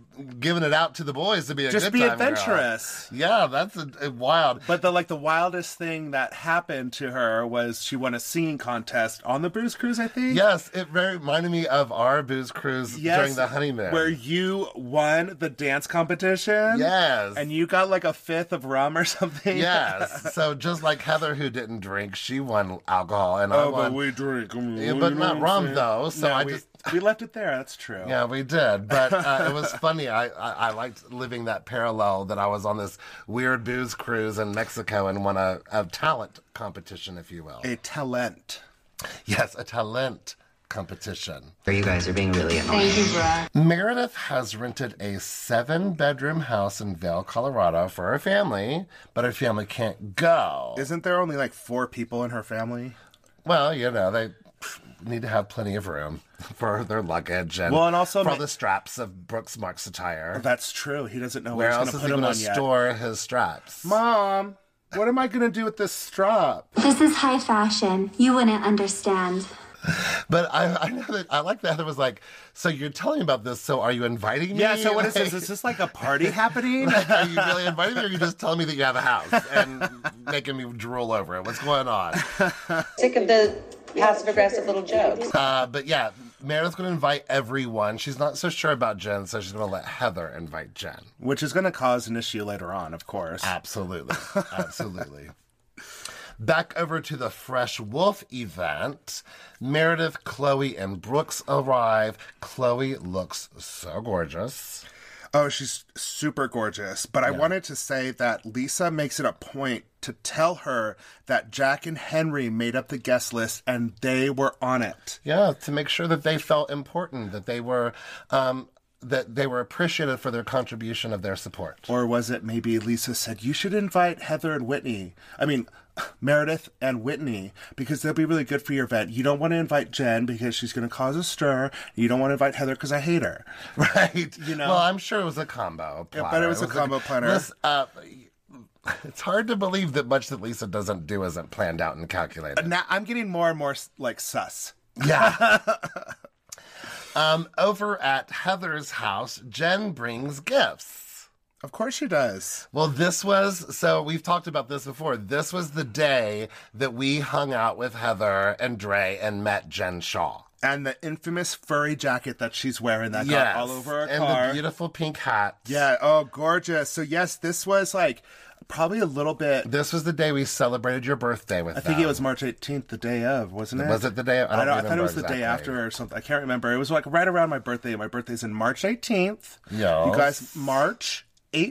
Speaker 2: giving it out to the boys to be a
Speaker 1: just
Speaker 2: good
Speaker 1: be
Speaker 2: time girl.
Speaker 1: adventurous.
Speaker 2: Yeah, that's a, a wild.
Speaker 1: But the like the wildest thing that happened to her was she won a singing contest on the Bruce Cruise, I think.
Speaker 2: Yes, it very reminded me of our booze cruise
Speaker 1: Yes,
Speaker 2: during the honeymoon.
Speaker 1: where you won the dance competition.
Speaker 2: Yes.
Speaker 1: and you got like a fifth of rum or something.
Speaker 2: yes, so just like Heather, who didn't drink, she won alcohol, and I
Speaker 1: oh,
Speaker 2: won.
Speaker 1: but we drink,
Speaker 2: Yeah, but not rum though. So
Speaker 1: No,
Speaker 2: I
Speaker 1: we,
Speaker 2: just
Speaker 1: we left it there. That's true.
Speaker 2: yeah, we did. But uh, it was funny. I, I I liked living that parallel that I was on this weird booze cruise in Mexico and won a, a talent competition, if you will.
Speaker 1: a talent.
Speaker 2: Yes, a talent competition.
Speaker 5: You guys are being really annoying.
Speaker 13: Thank you, bruh.
Speaker 2: Meredith has rented a seven bedroom house in Vail, Colorado for her family, but her family can't go.
Speaker 1: Isn't there only like four people in her family?
Speaker 2: Well, you know, they need to have plenty of room for their luggage and,
Speaker 1: Well, and also
Speaker 2: for
Speaker 1: ma-
Speaker 2: the straps of Brooks Mark's attire.
Speaker 1: That's true. He doesn't know
Speaker 2: Where
Speaker 1: where,
Speaker 2: else
Speaker 1: he's
Speaker 2: is he
Speaker 1: going to put
Speaker 2: going to
Speaker 1: him on yet.
Speaker 2: store his straps?
Speaker 1: Mom, what am I going to do with this strap?
Speaker 10: This is high fashion. You wouldn't understand.
Speaker 2: But I, I know that I like that Heather was like, so you're telling me about this, so are you inviting me?
Speaker 1: Yeah, so what is
Speaker 2: Like-
Speaker 1: this? Is this like a party happening?
Speaker 2: Like, are you really inviting me, or are you just telling me that you have a house and making me drool over it? What's going on?
Speaker 7: Sick of the passive aggressive little jokes.
Speaker 2: Uh, but yeah, Meredith's going to invite everyone. She's not so sure about Jen, so she's going to let Heather invite Jen.
Speaker 1: Which is going to cause an issue later on, of course.
Speaker 2: Absolutely. Absolutely. Back over to the Fresh Wolf event. Meredith, Chloe, and Brooks arrive. Chloe looks so gorgeous.
Speaker 1: Oh, she's super gorgeous. But I wanted to say that Lisa makes it a point to tell her that Jack and Henry made up the guest list and they were on it.
Speaker 2: Yeah, to make sure that they felt important, that they were um, that they were appreciated for their contribution of their support.
Speaker 1: Or was it maybe Lisa said, you should invite Heather and Whitney? I mean, Meredith and Whitney, because they'll be really good for your event. You don't want to invite Jen because she's going to cause a stir. You don't want to invite Heather because I hate her.
Speaker 2: Right. You
Speaker 1: know?
Speaker 2: Well, I'm sure it was a combo
Speaker 1: Yeah,
Speaker 2: planner.
Speaker 1: but it was a combo planner.
Speaker 2: Listen, uh, it's hard to believe that much that Lisa doesn't do isn't planned out and calculated.
Speaker 1: Now I'm getting more and more like sus.
Speaker 2: Yeah. um, over at Heather's house, Jen brings gifts.
Speaker 1: Of course she does.
Speaker 2: Well, this was so we've talked about this before. This was the day that we hung out with Heather and Dre and met Jen Shaw.
Speaker 1: And the infamous furry jacket that she's wearing that got all over her
Speaker 2: and
Speaker 1: car.
Speaker 2: the beautiful pink hat.
Speaker 1: yeah. Oh, gorgeous. So yes, this was like probably a little bit.
Speaker 2: This was the day we celebrated your birthday with
Speaker 1: I think it was March 18th, the day of, wasn't it?
Speaker 2: Was it the day? I don't
Speaker 1: I, thought it
Speaker 2: remember
Speaker 1: was the day
Speaker 2: exactly.
Speaker 1: after or something. I can't remember. It was like right around my birthday. My birthday's in March 18th.
Speaker 2: Yes.
Speaker 1: You guys, March 18th.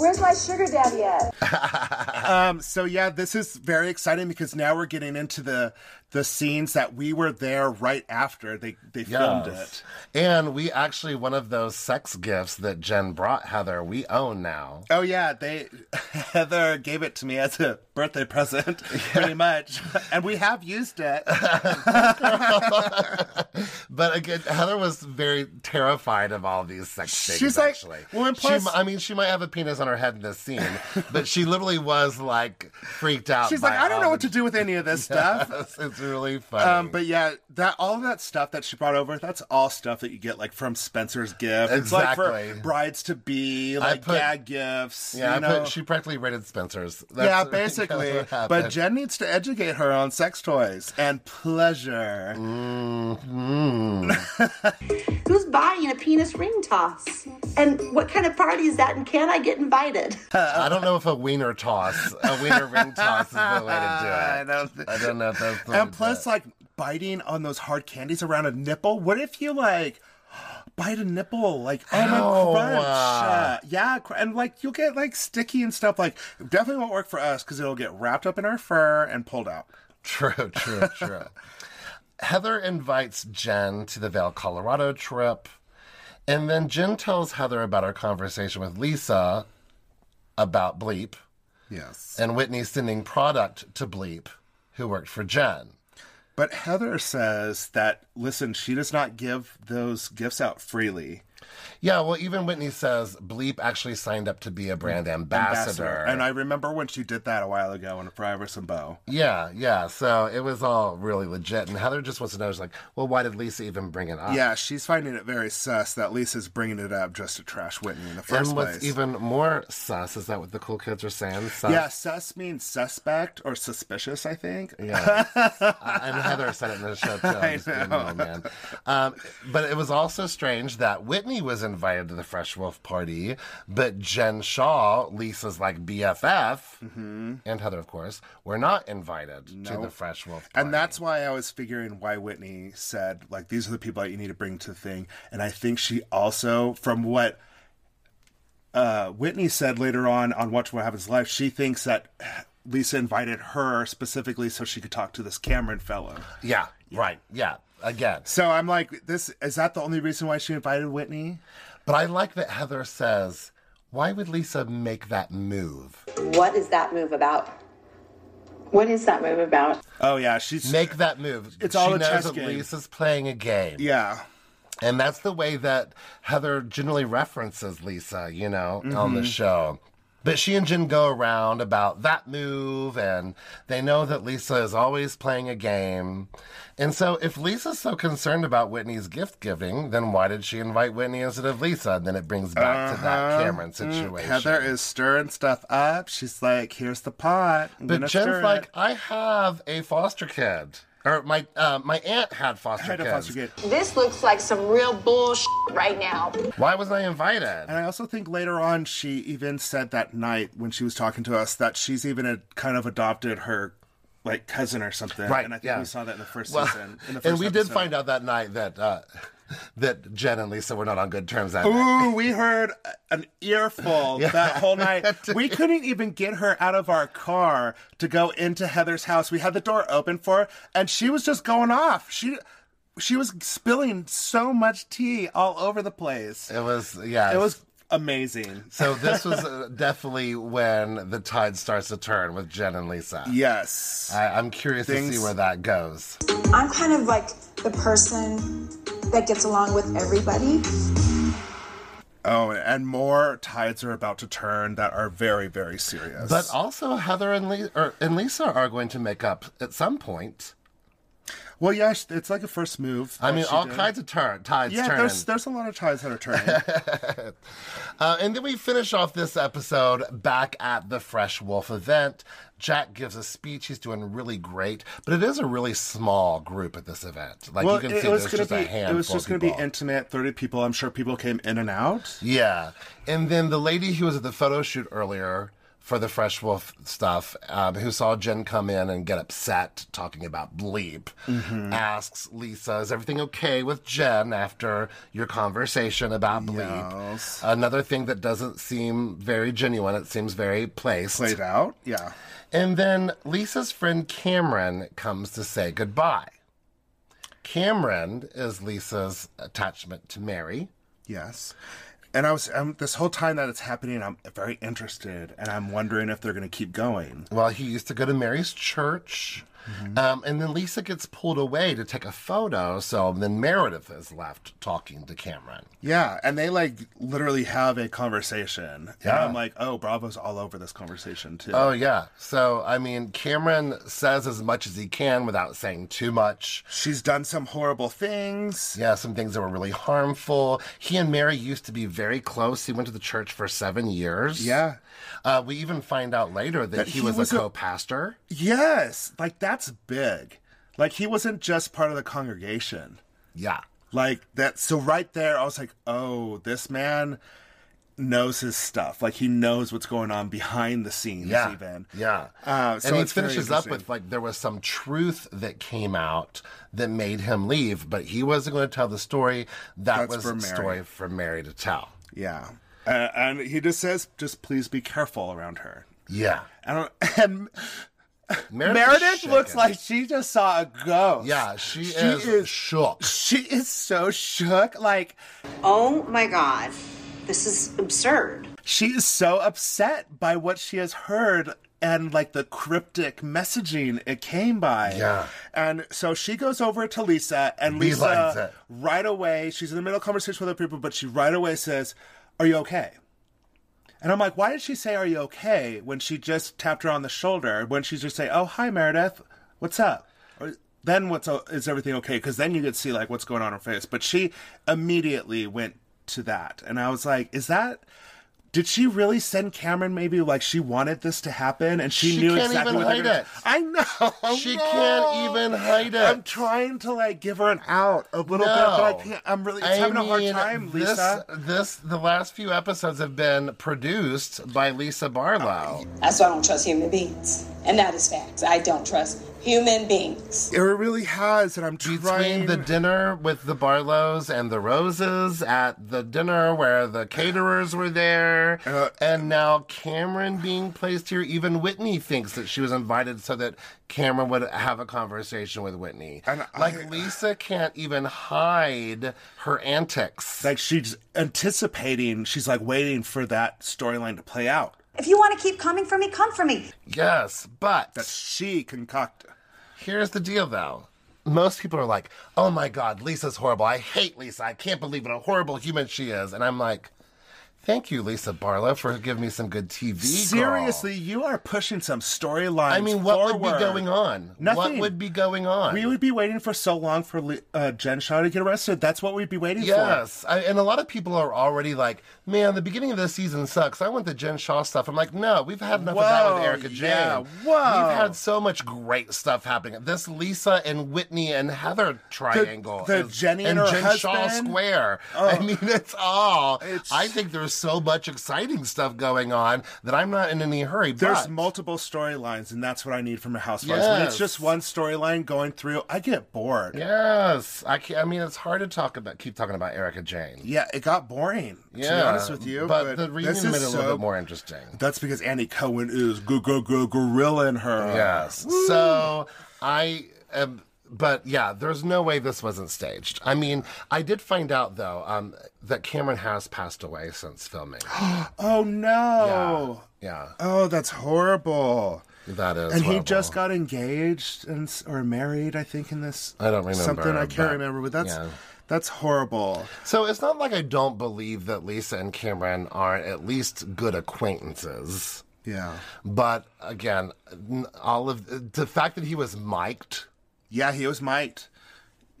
Speaker 11: Where's my sugar daddy at?
Speaker 1: Um, so yeah, this is very exciting because now we're getting into the the scenes that we were there right after they they filmed it.
Speaker 2: Yes. And we actually, one of those sex gifts that Jen brought Heather, we own now.
Speaker 1: Oh yeah, they Heather gave it to me as a birthday present, pretty much, and we have used it.
Speaker 2: But again, Heather was very terrified of all these sex things.
Speaker 1: She's like,
Speaker 2: actually.
Speaker 1: well, and
Speaker 2: She
Speaker 1: plus-
Speaker 2: mi- I mean, she might have a penis on her head in this scene, but she literally was like freaked out.
Speaker 1: She's like, I don't know what to do with any of this stuff.
Speaker 2: It's really funny.
Speaker 1: Um, but yeah, that all that stuff that she brought over, that's all stuff that you get like from Spencer's gift. It's like for
Speaker 2: Exactly.
Speaker 1: brides to be, like
Speaker 2: put-
Speaker 1: gag gifts.
Speaker 2: yeah,
Speaker 1: you
Speaker 2: I
Speaker 1: know?
Speaker 2: put, she practically rated Spencer's.
Speaker 1: yeah,
Speaker 2: really
Speaker 1: basically.
Speaker 2: what happened.
Speaker 1: But Jen needs to educate her on sex toys and pleasure.
Speaker 9: Who's buying a penis ring toss? And what kind of party is that? And can I get invited?
Speaker 2: I don't know if a wiener toss, a wiener ring toss, is the way to do it. I
Speaker 1: don't
Speaker 2: don't, know if that's. The way
Speaker 1: and
Speaker 2: to
Speaker 1: plus,
Speaker 2: do it.
Speaker 1: like biting on those hard candies around a nipple. What if you like bite a nipple? Like on a
Speaker 2: Ow.
Speaker 1: crunch. Uh, yeah, cr- and like you'll get like sticky and stuff. Like definitely won't work for us because it'll get wrapped up in our fur and pulled out.
Speaker 2: True, true, true. Heather invites Jen to the Vail, Colorado trip. And then Jen tells Heather about her conversation with Lisa about Bleep
Speaker 1: Yes.
Speaker 2: and Whitney sending product to Bleep, who worked for Jen.
Speaker 1: But Heather says that, listen, she does not give those gifts out freely.
Speaker 2: Yeah, well, even Whitney says Bleep actually signed up to be a brand ambassador.
Speaker 1: And I remember when she did that a while ago in Forever Some Bow.
Speaker 2: yeah, yeah. So it was all really legit. And Heather just wants to know, she's like, well, why did Lisa even bring it up?
Speaker 1: yeah, she's finding it very sus that Lisa's bringing it up just to trash Whitney in the first
Speaker 2: and what's
Speaker 1: place.
Speaker 2: even more sus is that what the cool kids are saying? Sus.
Speaker 1: yeah, sus means suspect or suspicious, I think.
Speaker 2: Yeah. Uh, and Heather said it in the show too. I'm
Speaker 1: I
Speaker 2: just being
Speaker 1: know.
Speaker 2: real, man. Um, but it was also strange that Whitney was invited to the Fresh Wolf party, but Jen Shaw, Lisa's like BFF,
Speaker 1: Mm-hmm.
Speaker 2: and Heather, of course, were not invited to
Speaker 1: No.
Speaker 2: the Fresh Wolf party.
Speaker 1: And that's why I was figuring why Whitney said, like, these are the people that you need to bring to the thing. And I think she also, from what uh, Whitney said later on on Watch What Happens Live, she thinks that Lisa invited her specifically so she could talk to this Cameron fellow.
Speaker 2: yeah, right. Yeah, again.
Speaker 1: So I'm like, this is that the only reason why she invited Whitney?
Speaker 2: But I like that Heather says, why would Lisa make that move?
Speaker 7: What is that move about? What is that move about?
Speaker 1: Oh yeah, she's
Speaker 2: Make that move.
Speaker 1: It's all
Speaker 2: she
Speaker 1: a
Speaker 2: knows
Speaker 1: chess
Speaker 2: that
Speaker 1: game.
Speaker 2: Lisa's playing a game.
Speaker 1: yeah.
Speaker 2: And that's the way that Heather generally references Lisa, you know, on
Speaker 1: Mm-hmm.
Speaker 2: the show. But she and Jen go around about that move, and they know that Lisa is always playing a game. And so, if Lisa's so concerned about Whitney's gift giving, then why did she invite Whitney instead of Lisa? And then it brings back to that Cameron situation.
Speaker 1: Uh-huh. Mm, Heather is stirring stuff up. She's like, here's the pot. I'm
Speaker 2: But
Speaker 1: gonna stir
Speaker 2: Jen's
Speaker 1: it.
Speaker 2: like, I have a foster kid, or my uh, my aunt had foster
Speaker 1: Had a
Speaker 2: kids.
Speaker 1: foster kid.
Speaker 13: This looks like some real bullshit right now.
Speaker 2: Why was I invited?
Speaker 1: And I also think later on she even said that night when she was talking to us that she's even a, kind of adopted her like cousin or something.
Speaker 2: Right,
Speaker 1: And I think
Speaker 2: yeah.
Speaker 1: we saw that in the first
Speaker 2: Well,
Speaker 1: season. In the first
Speaker 2: and we did
Speaker 1: episode.
Speaker 2: find out that night that uh, that Jen and Lisa were not on good terms. That night.
Speaker 1: Ooh, we heard an earful
Speaker 2: Yeah.
Speaker 1: that whole night. We couldn't even get her out of our car to go into Heather's house. We had the door open for her, and she was just going off. She she was spilling so much tea all over the place.
Speaker 2: it was yeah.
Speaker 1: It was amazing.
Speaker 2: so. This was uh, definitely when the tide starts to turn with Jen and Lisa.
Speaker 1: Yes.
Speaker 2: I, I'm curious to see
Speaker 1: Things-
Speaker 2: where that goes.
Speaker 14: I'm kind of like the person that gets along with everybody.
Speaker 1: Oh, and more tides are about to turn that are very, very serious.
Speaker 2: But also, Heather and, Le- or, and Lisa are going to make up at some point.
Speaker 1: well, yeah, sh- it's like a first move.
Speaker 2: I
Speaker 1: that
Speaker 2: mean,
Speaker 1: she
Speaker 2: all
Speaker 1: did.
Speaker 2: kinds of turn tides
Speaker 1: Yeah,
Speaker 2: turning.
Speaker 1: there's there's a lot of tides that are turning.
Speaker 2: Uh, and then we finish off this episode back at the Fresh Wolf event. Jack gives a speech. He's doing really great, but it is a really small group at this event. Like you can see, there's
Speaker 1: gonna
Speaker 2: just
Speaker 1: be,
Speaker 2: a handful.
Speaker 1: It was just
Speaker 2: going
Speaker 1: gonna
Speaker 2: to
Speaker 1: be intimate, 30 people. I'm sure people came in and out.
Speaker 2: yeah. And then the lady who was at the photo shoot earlier for the Fresh Wolf stuff, um, who saw Jen come in and get upset talking about bleep, asks Lisa, "Is everything okay with Jen after your conversation about bleep?" Another thing that doesn't seem very genuine. It seems very placed.
Speaker 1: Played out, yeah.
Speaker 2: And then Lisa's friend Cameron comes to say goodbye. Cameron is Lisa's attachment to Mary.
Speaker 1: Yes. And I was um, this whole time that it's happening, I'm very interested, and I'm wondering if they're gonna keep going.
Speaker 2: Well, he used to go to Mary's church. Um, and then Lisa gets pulled away to take a photo. So then Meredith is left talking to Cameron.
Speaker 1: Yeah, and they like literally have a conversation.
Speaker 2: Yeah.
Speaker 1: And I'm like, oh, Bravo's all over this conversation too.
Speaker 2: Oh, yeah. So, I mean, Cameron says as much as he can without saying too much.
Speaker 1: She's done some horrible things.
Speaker 2: Yeah, some things that were really harmful. He and Mary used to be very close. He went to the church for seven years.
Speaker 1: Yeah.
Speaker 2: Uh, we even find out later that,
Speaker 1: That
Speaker 2: he,
Speaker 1: he
Speaker 2: was,
Speaker 1: was
Speaker 2: a
Speaker 1: a-
Speaker 2: co pastor.
Speaker 1: Yes, like that's big. Like he wasn't just part of the congregation.
Speaker 2: Yeah.
Speaker 1: Like that. So right there, I was like, oh, this man knows his stuff. Like he knows what's going on behind the scenes,
Speaker 2: Yeah.
Speaker 1: even.
Speaker 2: Yeah.
Speaker 1: Uh, so
Speaker 2: and he
Speaker 1: it's very
Speaker 2: finishes up
Speaker 1: interesting.
Speaker 2: with like there was some truth that came out that made him leave, but he wasn't going to tell the story. That
Speaker 1: That's
Speaker 2: was
Speaker 1: for
Speaker 2: a
Speaker 1: Mary.
Speaker 2: story for Mary to tell.
Speaker 1: Yeah. Uh, and he just says, just please be careful around her.
Speaker 2: Yeah.
Speaker 1: I don't, and Meredith looks like she just saw a ghost.
Speaker 2: Yeah, she, is, shook.
Speaker 1: She is so shook. Like,
Speaker 7: oh my god, this is absurd.
Speaker 1: She is so upset by what she has heard and like the cryptic messaging it came by.
Speaker 2: Yeah.
Speaker 1: And so she goes over to Lisa, and
Speaker 2: Belines
Speaker 1: Lisa
Speaker 2: it.
Speaker 1: right away, she's in the middle of conversation with other people, but she right away says, Are you okay? And I'm like, Why did she say, Are you okay? when she just tapped her on the shoulder, when she just say, Oh, hi, Meredith, what's up? Or, then what's o- is everything okay? Because then you could see like what's going on in her face. But she immediately went to that, and I was like, "Is that? Did she really send Cameron? Maybe like she wanted this to happen, and she,
Speaker 2: She
Speaker 1: knew
Speaker 2: can't even
Speaker 1: exactly what they were
Speaker 2: hide
Speaker 1: gonna-
Speaker 2: it.
Speaker 1: I know
Speaker 2: She can't even hide it.
Speaker 1: I'm trying to like give her an out a little bit, but I can't. I'm really it's
Speaker 2: I
Speaker 1: having a hard
Speaker 2: mean,
Speaker 1: time,
Speaker 2: this-
Speaker 1: Lisa.
Speaker 2: This, the last few episodes have been produced by Lisa
Speaker 1: Uh,
Speaker 2: Barlow.
Speaker 9: That's why I don't trust human beings. And that is facts. I don't trust human beings.
Speaker 1: It really has, and I'm
Speaker 2: Between the dinner with the Barlows and the Roses at the dinner where the caterers were there, and now Cameron being placed here, even Whitney thinks that she was invited so that Cameron would have a conversation with Whitney. like Lisa can't even hide her antics.
Speaker 1: Like she's anticipating, she's like waiting for that storyline to play out.
Speaker 15: If you want to keep coming for me, come for me.
Speaker 2: Yes, but
Speaker 1: that she concocted.
Speaker 2: Here's the deal, though. Most people are like, "Oh my God, Lisa's horrible. I hate Lisa. I can't believe what a horrible human she is." And I'm like, "Thank you, Lisa Barlow, for giving me some good TV." girl."
Speaker 1: Seriously, you are pushing some storylines.
Speaker 2: I mean, what would
Speaker 1: forward.
Speaker 2: be going on?
Speaker 1: Nothing.
Speaker 2: What would be going on?
Speaker 1: We would be waiting for so long for Le- uh, Jen Shaw to get arrested. That's what we'd be waiting
Speaker 2: Yes, I, and a lot of people are already like, "Man, the beginning of this season sucks. I want the Jen Shaw stuff." I'm like, "No, we've had enough of that with
Speaker 1: Whoa,
Speaker 2: Erica Jane.
Speaker 1: yeah, whoa.
Speaker 2: We've had so much great stuff happening. This Lisa and Whitney and Heather triangle,
Speaker 1: the
Speaker 2: is-
Speaker 1: Jenny and her
Speaker 2: Jen Shaw
Speaker 1: husband.
Speaker 2: square. I mean, it's all. I think there's so much exciting stuff going on that I'm not in any hurry.
Speaker 1: for. There's
Speaker 2: but
Speaker 1: multiple storylines, and that's what I need from a housewife. When
Speaker 2: Yes.
Speaker 1: it's just one storyline going through, I get bored.
Speaker 2: yes, I can I mean, it's hard to talk about. Keep talking about Erica Jane.
Speaker 1: Yeah, it got boring.
Speaker 2: Yeah,
Speaker 1: to be honest with you,
Speaker 2: but, the reunion
Speaker 1: this
Speaker 2: made it
Speaker 1: is
Speaker 2: a
Speaker 1: so-
Speaker 2: little bit more interesting.
Speaker 1: That's because Andy Cohen is go go go gorilla in her.
Speaker 2: Yes. So I am. But yeah, there's no way this wasn't staged. I mean, I did find out though um, that Cameron has passed away since filming.
Speaker 1: Oh no.
Speaker 2: Yeah,
Speaker 1: Oh, that's horrible.
Speaker 2: that is.
Speaker 1: and he
Speaker 2: horrible.
Speaker 1: just got engaged and s- or married, I think, in this.
Speaker 2: I don't remember,
Speaker 1: something. I can't
Speaker 2: but,
Speaker 1: remember, but that's
Speaker 2: yeah.
Speaker 1: that's horrible.
Speaker 2: So it's not like I don't believe that Lisa and Cameron are at least good acquaintances.
Speaker 1: Yeah.
Speaker 2: But again, n- all of the fact that he was mic'd.
Speaker 1: Yeah, he was mic'd.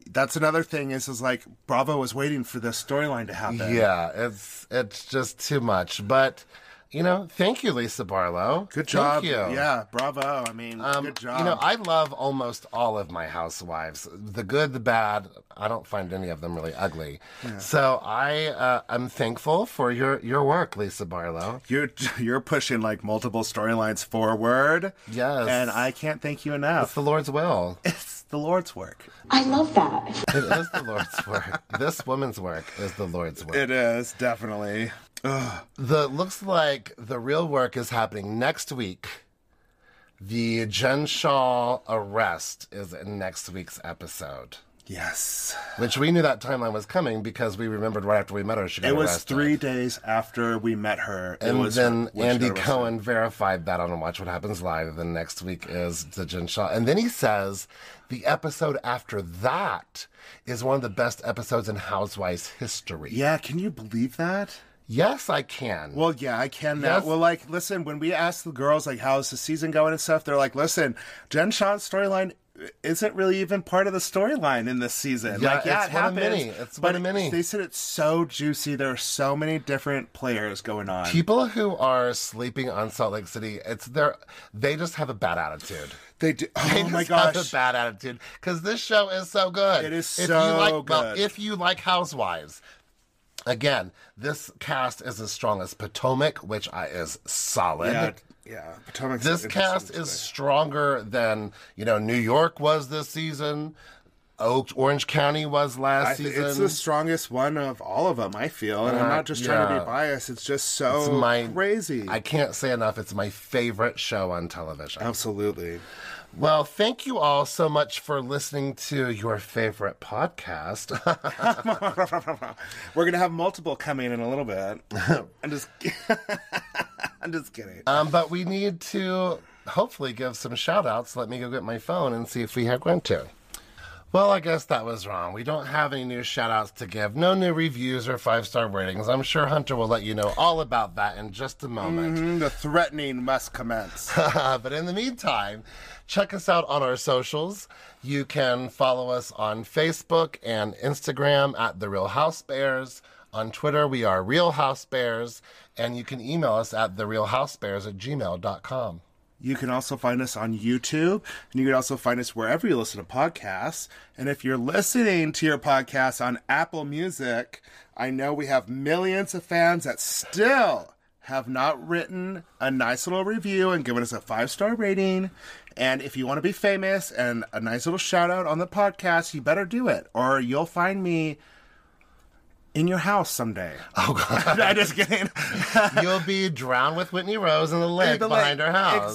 Speaker 1: That's another thing is is like Bravo was waiting for this storyline to happen.
Speaker 2: Yeah, it's it's just too much. But you know, thank you, Lisa Barlow.
Speaker 1: Good job.
Speaker 2: Thank you. Um,
Speaker 1: Yeah, bravo. I mean, good job.
Speaker 2: You know, I love almost all of my housewives. The good, the bad. I don't find any of them really ugly. So I uh, I'm thankful for your your work, Lisa Barlow.
Speaker 1: you're you're pushing like multiple storylines forward.
Speaker 2: Yes.
Speaker 1: And I can't thank you enough. It's
Speaker 2: the Lord's will.
Speaker 1: It's the Lord's work.
Speaker 9: I love that.
Speaker 2: It is the Lord's work. This woman's work is the Lord's work.
Speaker 1: It is definitely.
Speaker 2: The looks like the real work is happening next week. The Jen Shaw arrest is in next week's episode.
Speaker 1: Yes.
Speaker 2: Which we knew that timeline was coming because we remembered right after we met her she got
Speaker 1: It was
Speaker 2: arrested.
Speaker 1: three days after we met her. it
Speaker 2: and
Speaker 1: was
Speaker 2: then
Speaker 1: when she
Speaker 2: Andy
Speaker 1: got arrested.
Speaker 2: Cohen verified that on Watch What Happens Live. Then next week is the Jen Shaw. And then he says the episode after that is one of the best episodes in Housewives history.
Speaker 1: Yeah, can you believe that?
Speaker 2: Yes, I can.
Speaker 1: Well, yeah, I can now.
Speaker 2: Yes.
Speaker 1: Well, like, listen, when we ask the girls, like, how's the season going and stuff, they're like, listen, Jen Shaw's storyline isn't really even part of the storyline in this season.
Speaker 2: Yeah,
Speaker 1: like, yeah,
Speaker 2: it's
Speaker 1: it
Speaker 2: one of
Speaker 1: happens.
Speaker 2: many. It's
Speaker 1: but
Speaker 2: one of many.
Speaker 1: They said it's so juicy. There are so many different players going on.
Speaker 2: People who are sleeping on Salt Lake City, it's their they just have a bad attitude.
Speaker 1: They do. Oh
Speaker 2: They
Speaker 1: my
Speaker 2: just have
Speaker 1: gosh.
Speaker 2: a bad attitude because this show is so good.
Speaker 1: It is
Speaker 2: If
Speaker 1: so
Speaker 2: you like, Well,
Speaker 1: good.
Speaker 2: if you like Housewives, again, this cast is as strong as Potomac, which I, is solid.
Speaker 1: yeah, yeah. Potomac's
Speaker 2: This
Speaker 1: interesting
Speaker 2: cast
Speaker 1: today.
Speaker 2: is stronger than you know New York was this season. Oak, Orange County was last
Speaker 1: I-
Speaker 2: season.
Speaker 1: It's the strongest one of all of them, I feel. And I'm
Speaker 2: Uh,
Speaker 1: not just trying to
Speaker 2: yeah.
Speaker 1: be biased. It's just so
Speaker 2: It's my-
Speaker 1: crazy.
Speaker 2: I can't say enough. It's my favorite show on television.
Speaker 1: Oh. Absolutely.
Speaker 2: Well, thank you all so much for listening to your favorite podcast.
Speaker 1: We're going to have multiple coming in a little bit. I'm just, I'm just kidding.
Speaker 2: um, but we need to hopefully give some shout outs. Let me go get my phone and see if we have one too. Well, I guess that was wrong. We don't have any new shout outs to give, no new reviews or five star ratings. I'm sure Hunter will let you know all about that in just a moment.
Speaker 1: Mm-hmm, the threatening must commence.
Speaker 2: but in the meantime, check us out on our socials. You can follow us on Facebook and Instagram at The Real House Bears. On Twitter, we are Real House Bears. And you can email us at TheRealHouseBears at gmail.com.
Speaker 1: You can also find us on YouTube, and you can also find us wherever you listen to podcasts. And if you're listening to your podcast on Apple Music, I know we have millions of fans that still have not written a nice little review and given us a five star rating. And if you want to be famous and a nice little shout out on the podcast, you better do it, or you'll find me in your house someday.
Speaker 2: Oh, God.
Speaker 1: I'm just kidding.
Speaker 2: You'll be drowned with Whitney Rose in the lake
Speaker 1: The
Speaker 2: behind
Speaker 1: lake.
Speaker 2: her house.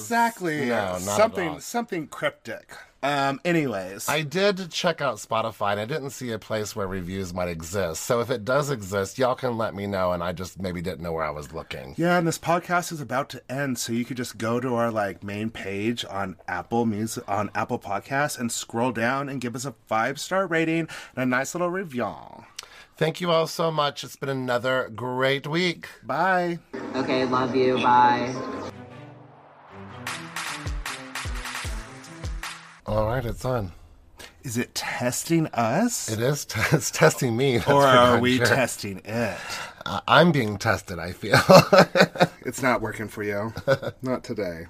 Speaker 2: No,
Speaker 1: Exactly.
Speaker 2: not at
Speaker 1: something
Speaker 2: all.
Speaker 1: something cryptic. Um, anyways,
Speaker 2: I did check out Spotify and I didn't see a place where reviews might exist. So if it does exist, y'all can let me know. And I just maybe didn't know where I was looking.
Speaker 1: Yeah, and this podcast is about to end, so you could just go to our like main page on Apple Music on Apple Podcasts and scroll down and give us a five star rating and a nice little review.
Speaker 2: Thank you all so much. It's been another great week.
Speaker 1: Bye.
Speaker 16: Okay, love you. Bye.
Speaker 2: All right, it's on.
Speaker 1: Is it testing us?
Speaker 2: It is. T- it's testing me. that's
Speaker 1: Or
Speaker 2: for
Speaker 1: are
Speaker 2: darn
Speaker 1: we
Speaker 2: sure.
Speaker 1: testing it?
Speaker 2: Uh, I'm being tested. I feel.
Speaker 1: It's not working for you. not today.